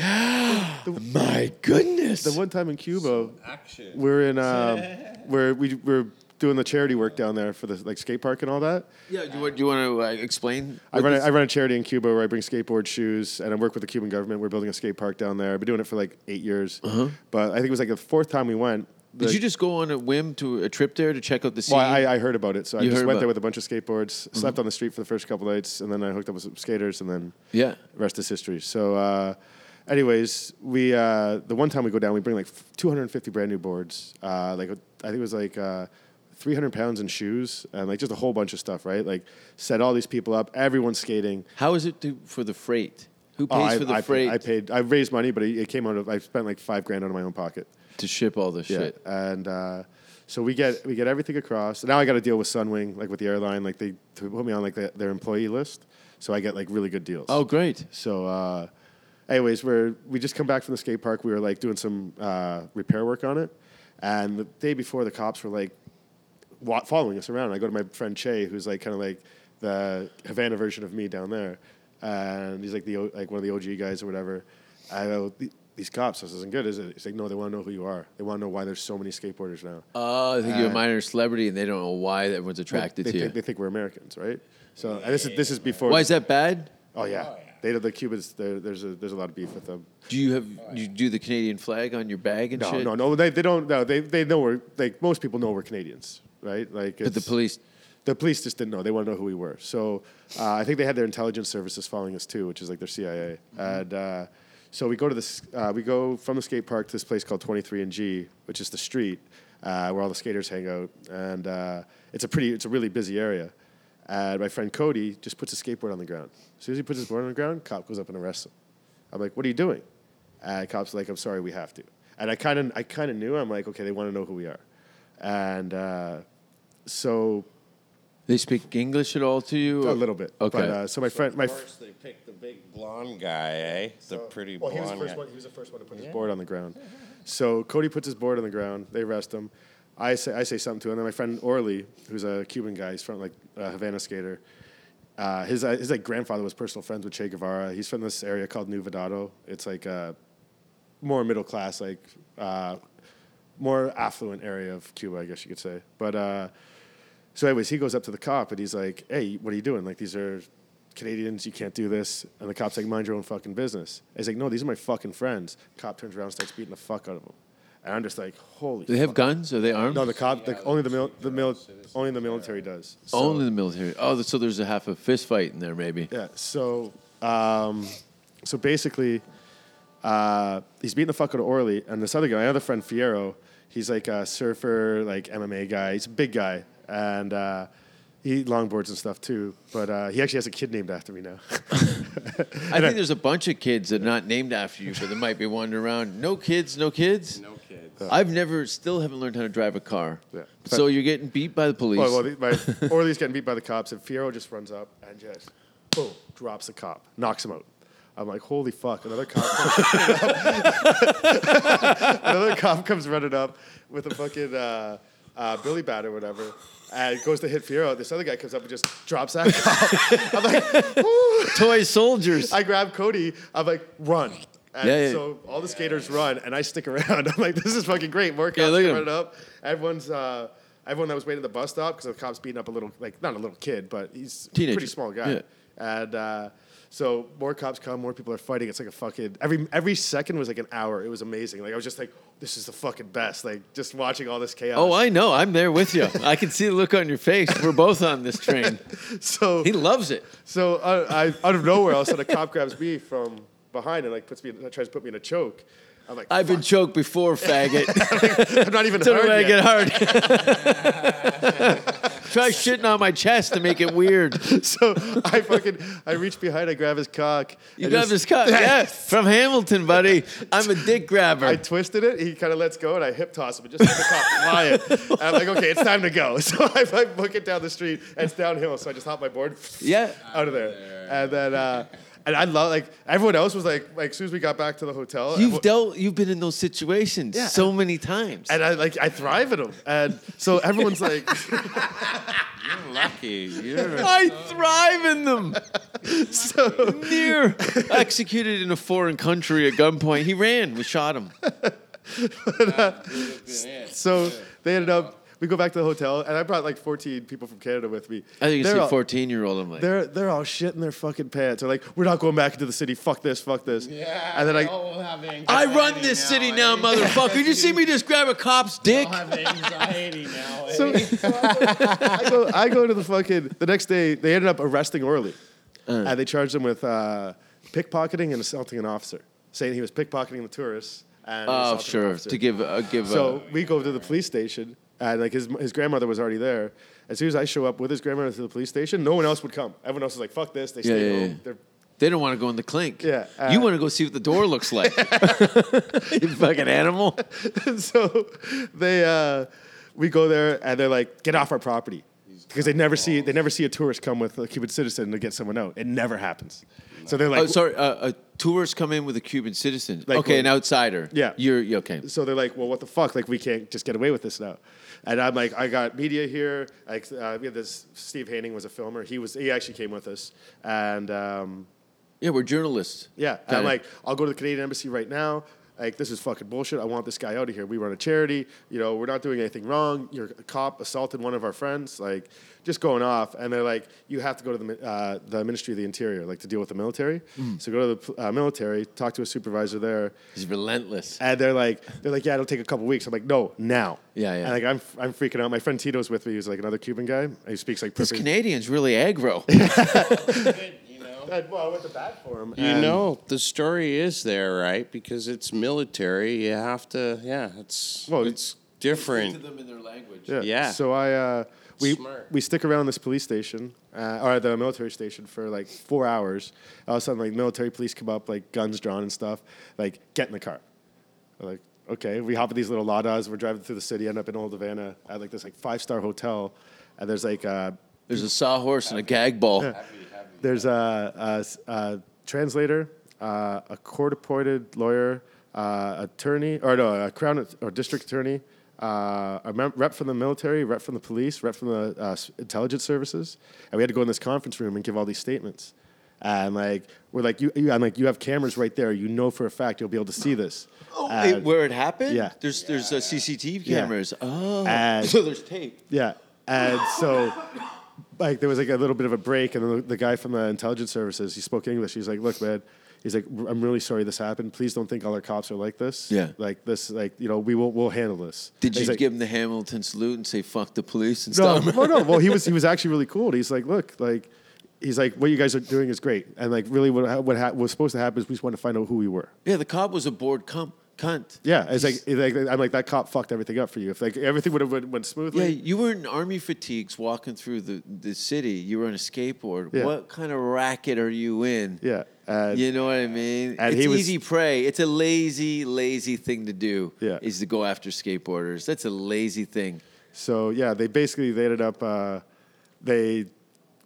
my goodness. the one time in Cuba, Action. we're in um, where we we're doing the charity work down there for the like skate park and all that. yeah, do you, want- do you want to uh, explain? I what run, a, this- I run a charity in Cuba where I bring skateboard shoes, and I work with the Cuban government. We're building a skate park down there. I've been doing it for like eight years, but I think it was like the fourth time we went. Uh-huh. Did the- you just go on a whim to a trip there to check out the scene? Well, I, I heard about it, so You I just heard went about it. there Mm-hmm. with a bunch of skateboards, slept on the street for the first couple nights, and then I hooked up with some skaters, and then Yeah. rest is history. So uh, anyways, we uh, the one time we go down, we bring like 250 brand new boards. Uh, like I think it was like uh, 300 pounds in shoes and like just a whole bunch of stuff, right? Like set all these people up. Everyone's skating. How is it to, for the freight? Who Oh, pays I, for the I, freight I paid. I raised money, but it, it came out of. I spent like five grand out of my own pocket. to ship all this shit? Yeah, and uh, so we get we get everything across. Now I got to deal with Sunwing, like with the airline, like they to put me on like the, their employee list, so I get like really good deals. Oh, great. So, uh, anyways, we're we just come back from the skate park. We were like doing some uh, repair work on it, and the day before, the cops were like wa- following us around. I go to my friend Che, who's like kind of like the Havana version of me down there, and he's like the O- like one of the OG guys or whatever. I go, "The- these cops, this isn't good, is it? He's like, no, they want to know who you are. They want to know why there's so many skateboarders now. Oh, I think you're a Uh, minor celebrity, and they don't know why everyone's attracted they, to you. think, they think we're Americans, right? So and this is this is before. why is that bad? Oh yeah, they the Cubans. there- There's a there's a lot of beef with them. Do you have you do the Canadian flag on your bag and No, shit? no, no. They, they don't. No, they, they know we're like most people know we're Canadians, right? Like, But the it's- police. the police just didn't know. They wanted to know who we were. So uh, I think they had their intelligence services following us too, which is like their CIA. And uh, so we go to this. Uh, we go from the skate park to this place called Twenty Three and G, which is the street uh, where all the skaters hang out, and uh, it's a pretty, it's a really busy area. And my friend Cody just puts his skateboard on the ground. As soon as he puts his board on the ground, cop goes up and arrests him. I'm like, "What are you doing?" And cops like, "I'm sorry, we have to." And I kind of, I kind of knew. I'm like, "Okay, they want to know who we are." And uh, so They speak English at all to you? a or- little bit. Okay. But, uh, so my friend, my Of course, they picked the big blonde guy, eh? The pretty well, blonde he was the first guy. one. He was the first one to put his board on the ground. So Cody puts his board on the ground. They arrest him. I say, I say something to him. And then my friend Orly, who's a Cuban guy, he's from like a Havana skater. Uh, his uh, his like grandfather was personal friends with Che Guevara. He's from this area called New Vedado. It's like uh, a more middle class, like uh, more affluent area of Cuba, I guess you could say. But uh, So, anyways, he goes up to the cop and he's like, "Hey, what are you doing? Like, these are Canadians. You can't do this." And the cop's like, "Mind your own fucking business." And he's like, "No, these are my fucking friends." cop turns around, and starts beating the fuck out of him, and I'm just like, "Holy!" Do they have guns? Are they armed? no, the cop. the, only the mil- the mil- only the military does. So- Only the military. Oh, so there's a half a fist fight in there, maybe. yeah. So, um, so basically, uh, he's beating the fuck out of Orly, and this other guy, my other friend Fierro, he's like a surfer, like MMA guy. He's a big guy, and uh, he longboards and stuff too. But uh, he actually has a kid named after me now. I think there's a bunch of kids that are not named after you, but there might be wandering around. No kids, no kids. No kids. I've never, still haven't learned how to drive a car. Yeah. So you're getting beat by the police. well, well, the- my, Orly's getting beat by the cops, and Fierro just runs up and just boom drops the cop, knocks him out. I'm like, holy fuck! Another cop. Comes another cop comes running up with a fucking uh, uh, billy bat or whatever, and goes to hit Fierro. This other guy comes up and just drops that cop. I'm like, "Ooh." Toy soldiers. I grab Cody. I'm like, run. And Yeah, yeah. so all the skaters run, and I stick around. I'm like, this is fucking great. More cops Yeah, look at get him. running up. Everyone's uh, everyone that was waiting at the bus stop because the cops beating up a little, like not a little kid, but he's a Teenager. pretty small guy. And uh, so more cops come, more people are fighting. It's like a fucking every every second was like an hour. It was amazing. Like I was just like, this is the fucking best. Like just watching all this chaos. oh, I know. I'm there with you. I can see the look on your face. We're both on this train. so He loves it. So uh, I, out of nowhere, all of a sudden, a cop grabs me from behind and like puts me, in, tries to put me in a choke. I'm like, I've been "Fuck, choked before, faggot. I'm not even Don't know when I hard yet." get hard. Try shitting on my chest to make it weird. So I fucking, I reach behind, I grab his cock. You I grab just- this cup, yeah, from Hamilton, buddy. I'm a dick grabber. I twisted it. He kind of lets go, and I hip toss him, and just let the cop fly it. And I'm like, okay, it's time to go. So I, I book it down the street. And it's downhill, so I just hop my board. Yeah. out of there. And then, uh, and I love like everyone else was like, like as soon as we got back to the hotel, everyone- You've dealt. You've been in those situations Yeah. so many times. and I like I thrive in them. And so everyone's like. You're lucky. You're I thrive in them. so near executed in a foreign country at gunpoint. He ran. We shot him. So they ended up. We go back to the hotel, and I brought like 14 people from Canada with me. I think They're it's a all- 14 year old. I'm like, They're they're all shitting their fucking pants. They're like, we're not going back into the city. Fuck this. Fuck this. Yeah. And then they I. all have anxiety I run this city now, eh? motherfucker. You see me just grab a cop's dick? They all have anxiety now. eh? So, so I, go, I go. I go to the fucking. The next day, they ended up arresting Orly, and they charged him with uh, pickpocketing and uh, assaulting an officer. saying he was pickpocketing the tourists. And he Oh, assaulted an sure. officer. To give a give uh, So a we go to the police station, and like his, his grandmother was already there. As soon as I show up with his grandmother to the police station, no one else would come. Everyone else is like, "Fuck this!" They yeah, stay yeah, home. yeah. They're, They don't want to go in the clink. Yeah, uh, you want to go see what the door looks like. you fucking animal. and so they uh, we go there, and they're like, "Get off our property," because they never see they never see a tourist come with a Cuban citizen to get someone out. It never happens. So they're like, oh, sorry. Uh, a tourist come in with a Cuban citizen. Like okay, when- an outsider. Yeah. You're, you're okay. so they're like, well, what the fuck? Like, we can't just get away with this now. And I'm like, I got media here. Like, uh, we had this Steve Hanning was a filmer. He was he actually came with us, and um, Yeah, we're journalists. yeah, and I'm Kinda. like, I'll go to the Canadian embassy right now. Like, this is fucking bullshit. I want this guy out of here. We run a charity. You know, we're not doing anything wrong. Your cop assaulted one of our friends. Like, just going off. And they're like, you have to go to the, mi- uh, the Ministry of the Interior, like to deal with the military. Mm. So go to the uh, military, talk to a supervisor there. he's relentless. And they're like, they're like, yeah, it'll take a couple weeks. I'm like, no, now. Yeah, yeah. And like, I'm, I'm freaking out. My friend Tito's with me. He's like another Cuban guy. He speaks like This perfect. Canadian's really aggro. Uh, well, I went to bat for him. You know, the story is there, right? Because it's military. You have to, yeah, it's Well, it's different. them in their language. Yeah. Yeah. So I uh, we Smart. we stick around this police station uh, or the military station for like four hours. All of a sudden, like military police come up, like guns drawn and stuff. Like, get in the car. We're like, okay, we hop in these little Ladas. We're driving through the city, end up in Old Havana at like this like five star hotel, and there's like uh, There's a sawhorse and a gag ball. there's a, a s- a translator, uh, a court appointed lawyer, uh, attorney, or no, a crown at- or district attorney, uh, a mem- rep from the military, rep from the police, rep from the uh, s- intelligence services. And we had to go in this conference room and give all these statements. And like, we're like, you, you, I'm like, you have cameras right there. You know for a fact you'll be able to see this. Oh, And- it- where it happened? Uh, yeah. There's there's uh, CCTV Yeah. Uh, cameras. Oh, And- so there's tape. Yeah. And so, like, there was like a little bit of a break, and the, the guy from the intelligence services, he spoke English. He's like, "Look, man." He's like, "I'm really sorry this happened. Please don't think all our cops are like this. Yeah. Like this, like you know, we will we'll handle this." Did He's you like, give him the Hamilton salute and say "fuck the police" and no, stuff? well, no. Well, he was he was actually really cool. And he's like, look, like he's like, what you guys are doing is great, and like really what ha- what ha- was supposed to happen is we just want to find out who we were. Yeah, the cop was a bored cum- cunt. Yeah, it's like, it's like I'm like that cop fucked everything up for you. If like everything would have went, went Yeah, smoothly, you were in army fatigues walking through the, the city. You were on a skateboard. Yeah. What kind of racket are you in? yeah, and- You know what I mean? and it's he was- easy prey. It's a lazy, lazy thing to do. Yeah. Is to go after skateboarders. That's a lazy thing. So yeah, they basically they ended up uh, they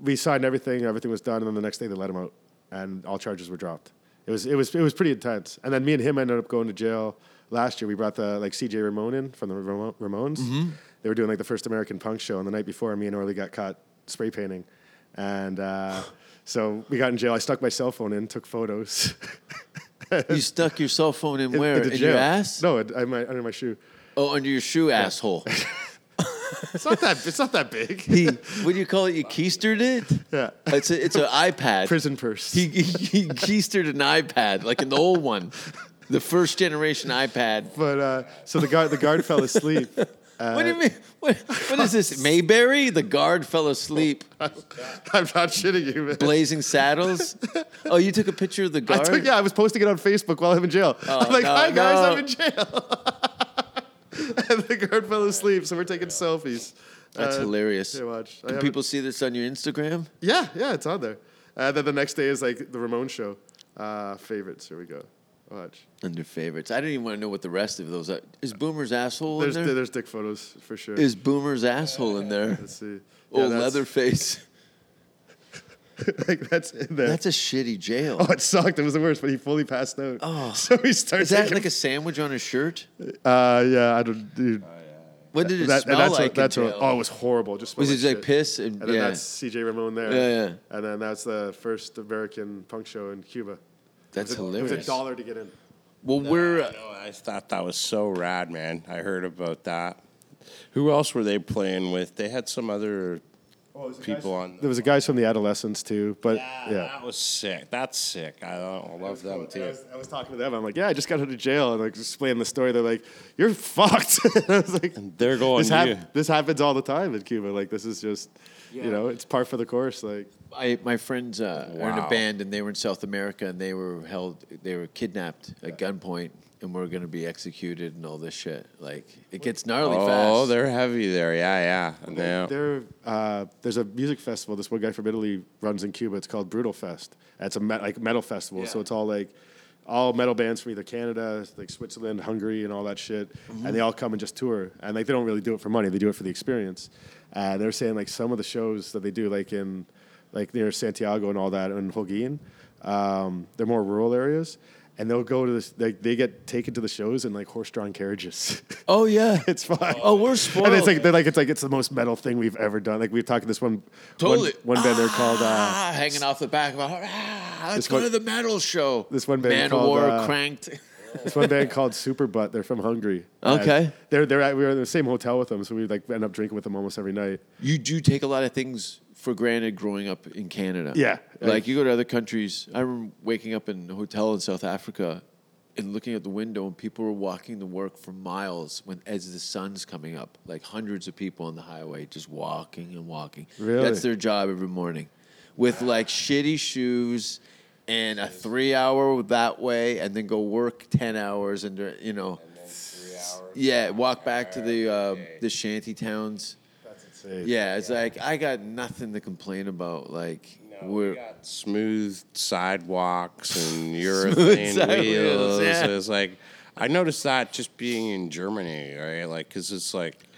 we signed everything, everything was done, and then the next day they let him out, and all charges were dropped. It was it was it was pretty intense. And then me and him ended up going to jail last year. We brought the like CJ Ramon in from the Ramo- Ramones. Mm-hmm. They were doing like the first American punk show, and the night before, me and Orly got caught spray painting, and uh, so we got in jail. I stuck my cell phone in, took photos. You stuck your cell phone in where? the in jail. your ass? No, in- in my, under my shoe. Oh, under your shoe, asshole. It's not that. It's not that big. He, what do you call it? You keistered it? Yeah. It's a, it's an iPad. Prison purse. He, he, he keistered an iPad, like an old one, the first generation iPad. But uh, so the guard the guard fell asleep. Uh, what do you mean? What, what is this? Mayberry? The guard fell asleep. I'm not shitting you, man. Blazing Saddles? Oh, you took a picture of the I guard? took, yeah, I was posting it on Facebook while I'm in jail. I'm like, Oh, no, hi guys, no. I'm in jail. and the guard fell asleep, so we're taking selfies. That's Uh, hilarious. Here, watch. I Can have people see this on your Instagram? it- Yeah, yeah, it's on there. Uh, then the next day is like the Ramon show. Uh, favorites. Here we go. Watch. Under favorites. I don't even want to know what the rest of those are. Is Boomer's asshole There's in there? there's dick photos for sure. Is Boomer's asshole in there? Let's see. Oh, that's- Leatherface. Like that's in there. That's a shitty jail. oh, it sucked. It was the worst, but he fully passed out. Oh. so he started. Is that like a sandwich on a shirt? Uh, yeah, I don't. Dude, What did it That- smell that's like? what, that's in what, jail? oh, it was horrible. Just smelled was it just like shit. piss and, And then yeah? that's CJ Ramon there. Yeah, yeah. And then that's the first American punk show in Cuba. That's It was a- hilarious. It was a dollar to get in. Well, we're uh, I know, I thought that was so rad, man. I heard about that. Who else were they playing with? They had some other people on. There Oh, was a guys from the adolescents too, but yeah, yeah, that was sick. That's sick. I, I love them I too. was, I was talking to them. I'm like, yeah, I just got out of jail, and like explaining the story. They're like, you're fucked. and I was like, they're going This, to you. this happens all the time in Cuba. Like this is just, you know, it's par for the course. Like I, my friends uh, are in a Wow. band and they were in South America and they were held, they were kidnapped at gunpoint and were going to be executed and all this shit. Like it gets gnarly fast. Oh, they're heavy there. Yeah, yeah. No. there, uh, there's a music festival. This one guy from Italy runs in Cuba. It's called Brutal Fest. It's a me- like metal festival. So it's all like. All metal bands from either Canada, like Switzerland, Hungary, and all that shit, and they all come and just tour. And like they don't really do it for money; they do it for the experience. Uh, they're saying like some of the shows that they do, like in like near Santiago and all that, and Holguin, um, they're more rural areas, and they'll go to this. Like they get taken to the shows in like horse-drawn carriages. oh yeah. It's fine. Oh, we're And it's spoiled. like they're like it's like it's the most metal thing we've ever done. Like we've talked to this one Totally. one, one band they're called uh, ah, hanging off the back of a ah, let's This go one- to the metal show. this one band Man of called, War uh, cranked. this one band called Super Butt. They're from Hungary. And Okay. they're they're at, we were in the same hotel with them, so we like end up drinking with them almost every night. You do take a lot of things for granted growing up in Canada. Yeah. Like you go to other countries. I remember waking up in a hotel in South Africa and looking out the window and people were walking to work for miles when as the sun's coming up. Like hundreds of people on the highway just walking and walking. Really? That's their job every morning. With like shitty shoes and a three hour that way and then go work ten hours and you know yeah, walk back to the uh, the shanty towns. Yeah, it's like I got nothing to complain about. Like we're smooth sidewalks and urethane side wheels. wheels, yeah. It's like I noticed that just being in Germany, right? Like, cause it's like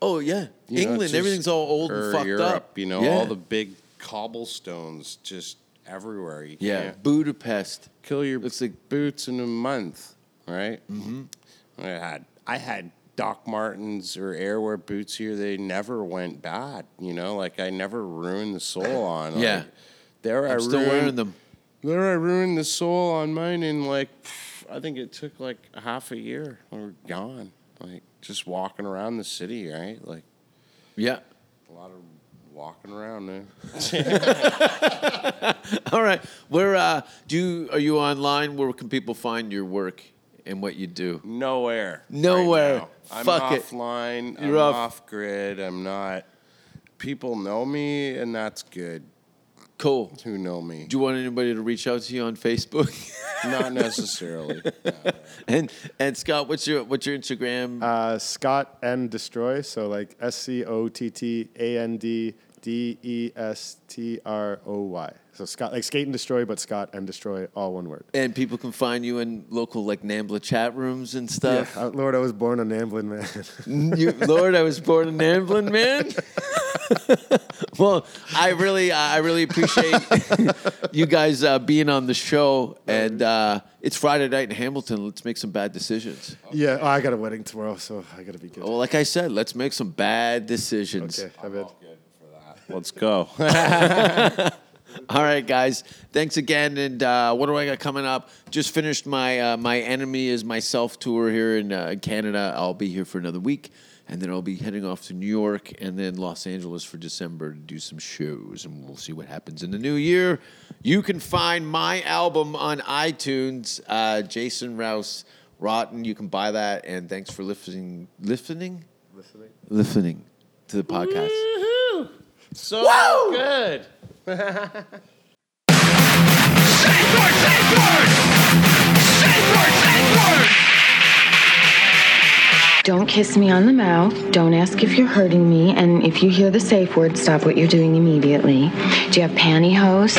oh yeah, you know, it's England. just- everything's all old and or fucked Europe, up. You know, yeah. all the big cobblestones just everywhere. You yeah. can't Budapest. kill your It's like boots in a month, right? Mm-hmm. I had I had Doc Martens or Airwear boots here. They never went bad. You know, like I never ruined the sole on. like, Yeah. there I I'm still ruined- wearing them. There I ruined the sole on mine in like pff, I think it took like half a year. We were gone. Like just walking around the city, right? Like Yeah. a lot of walking around there. All right. Where uh, do you, are you online? Where can people find your work and what you do? nowhere. Nowhere. Right now. I'm Fuck it. offline. You're I'm off. off. grid. I'm not. People know me, and that's good. Cool. Do Who know me? you want anybody to reach out to you on Facebook? not necessarily. and and Scott, what's your what's your Instagram? Uh, Scott and Destroy. So like S C O T T A N D D E S T R O Y. So Scott like skate and destroy, but Scott and destroy all one word. and people can find you in local like Nambla chat rooms and stuff. Uh, Lord, I was born a Namblin man. You- Lord, I was born in Amblin, man. well, I really, I really appreciate you guys uh, being on the show, and uh, it's Friday night in Hamilton. Let's make some bad decisions. yeah, oh, I got a wedding tomorrow, so I gotta be good. Well, like I said, let's make some bad decisions. Okay, I bet. Let's go. All right, guys. Thanks again. And uh, what do I got coming up? Just finished my uh, my enemy is myself tour here in uh, Canada. I'll be here for another week, and then I'll be heading off to New York and then Los Angeles for December to do some shows. And we'll see what happens in the new year. You can find my album on iTunes. Uh, Jason Rouse Rotten. You can buy that. And thanks for listening. Listening. Listening. Listening to the podcast. so good. Safe word, safe word! Safe word, safe word! Don't kiss me on the mouth. Don't ask if you're hurting me. And if you hear the safe word, stop what you're doing immediately. Do you have pantyhose?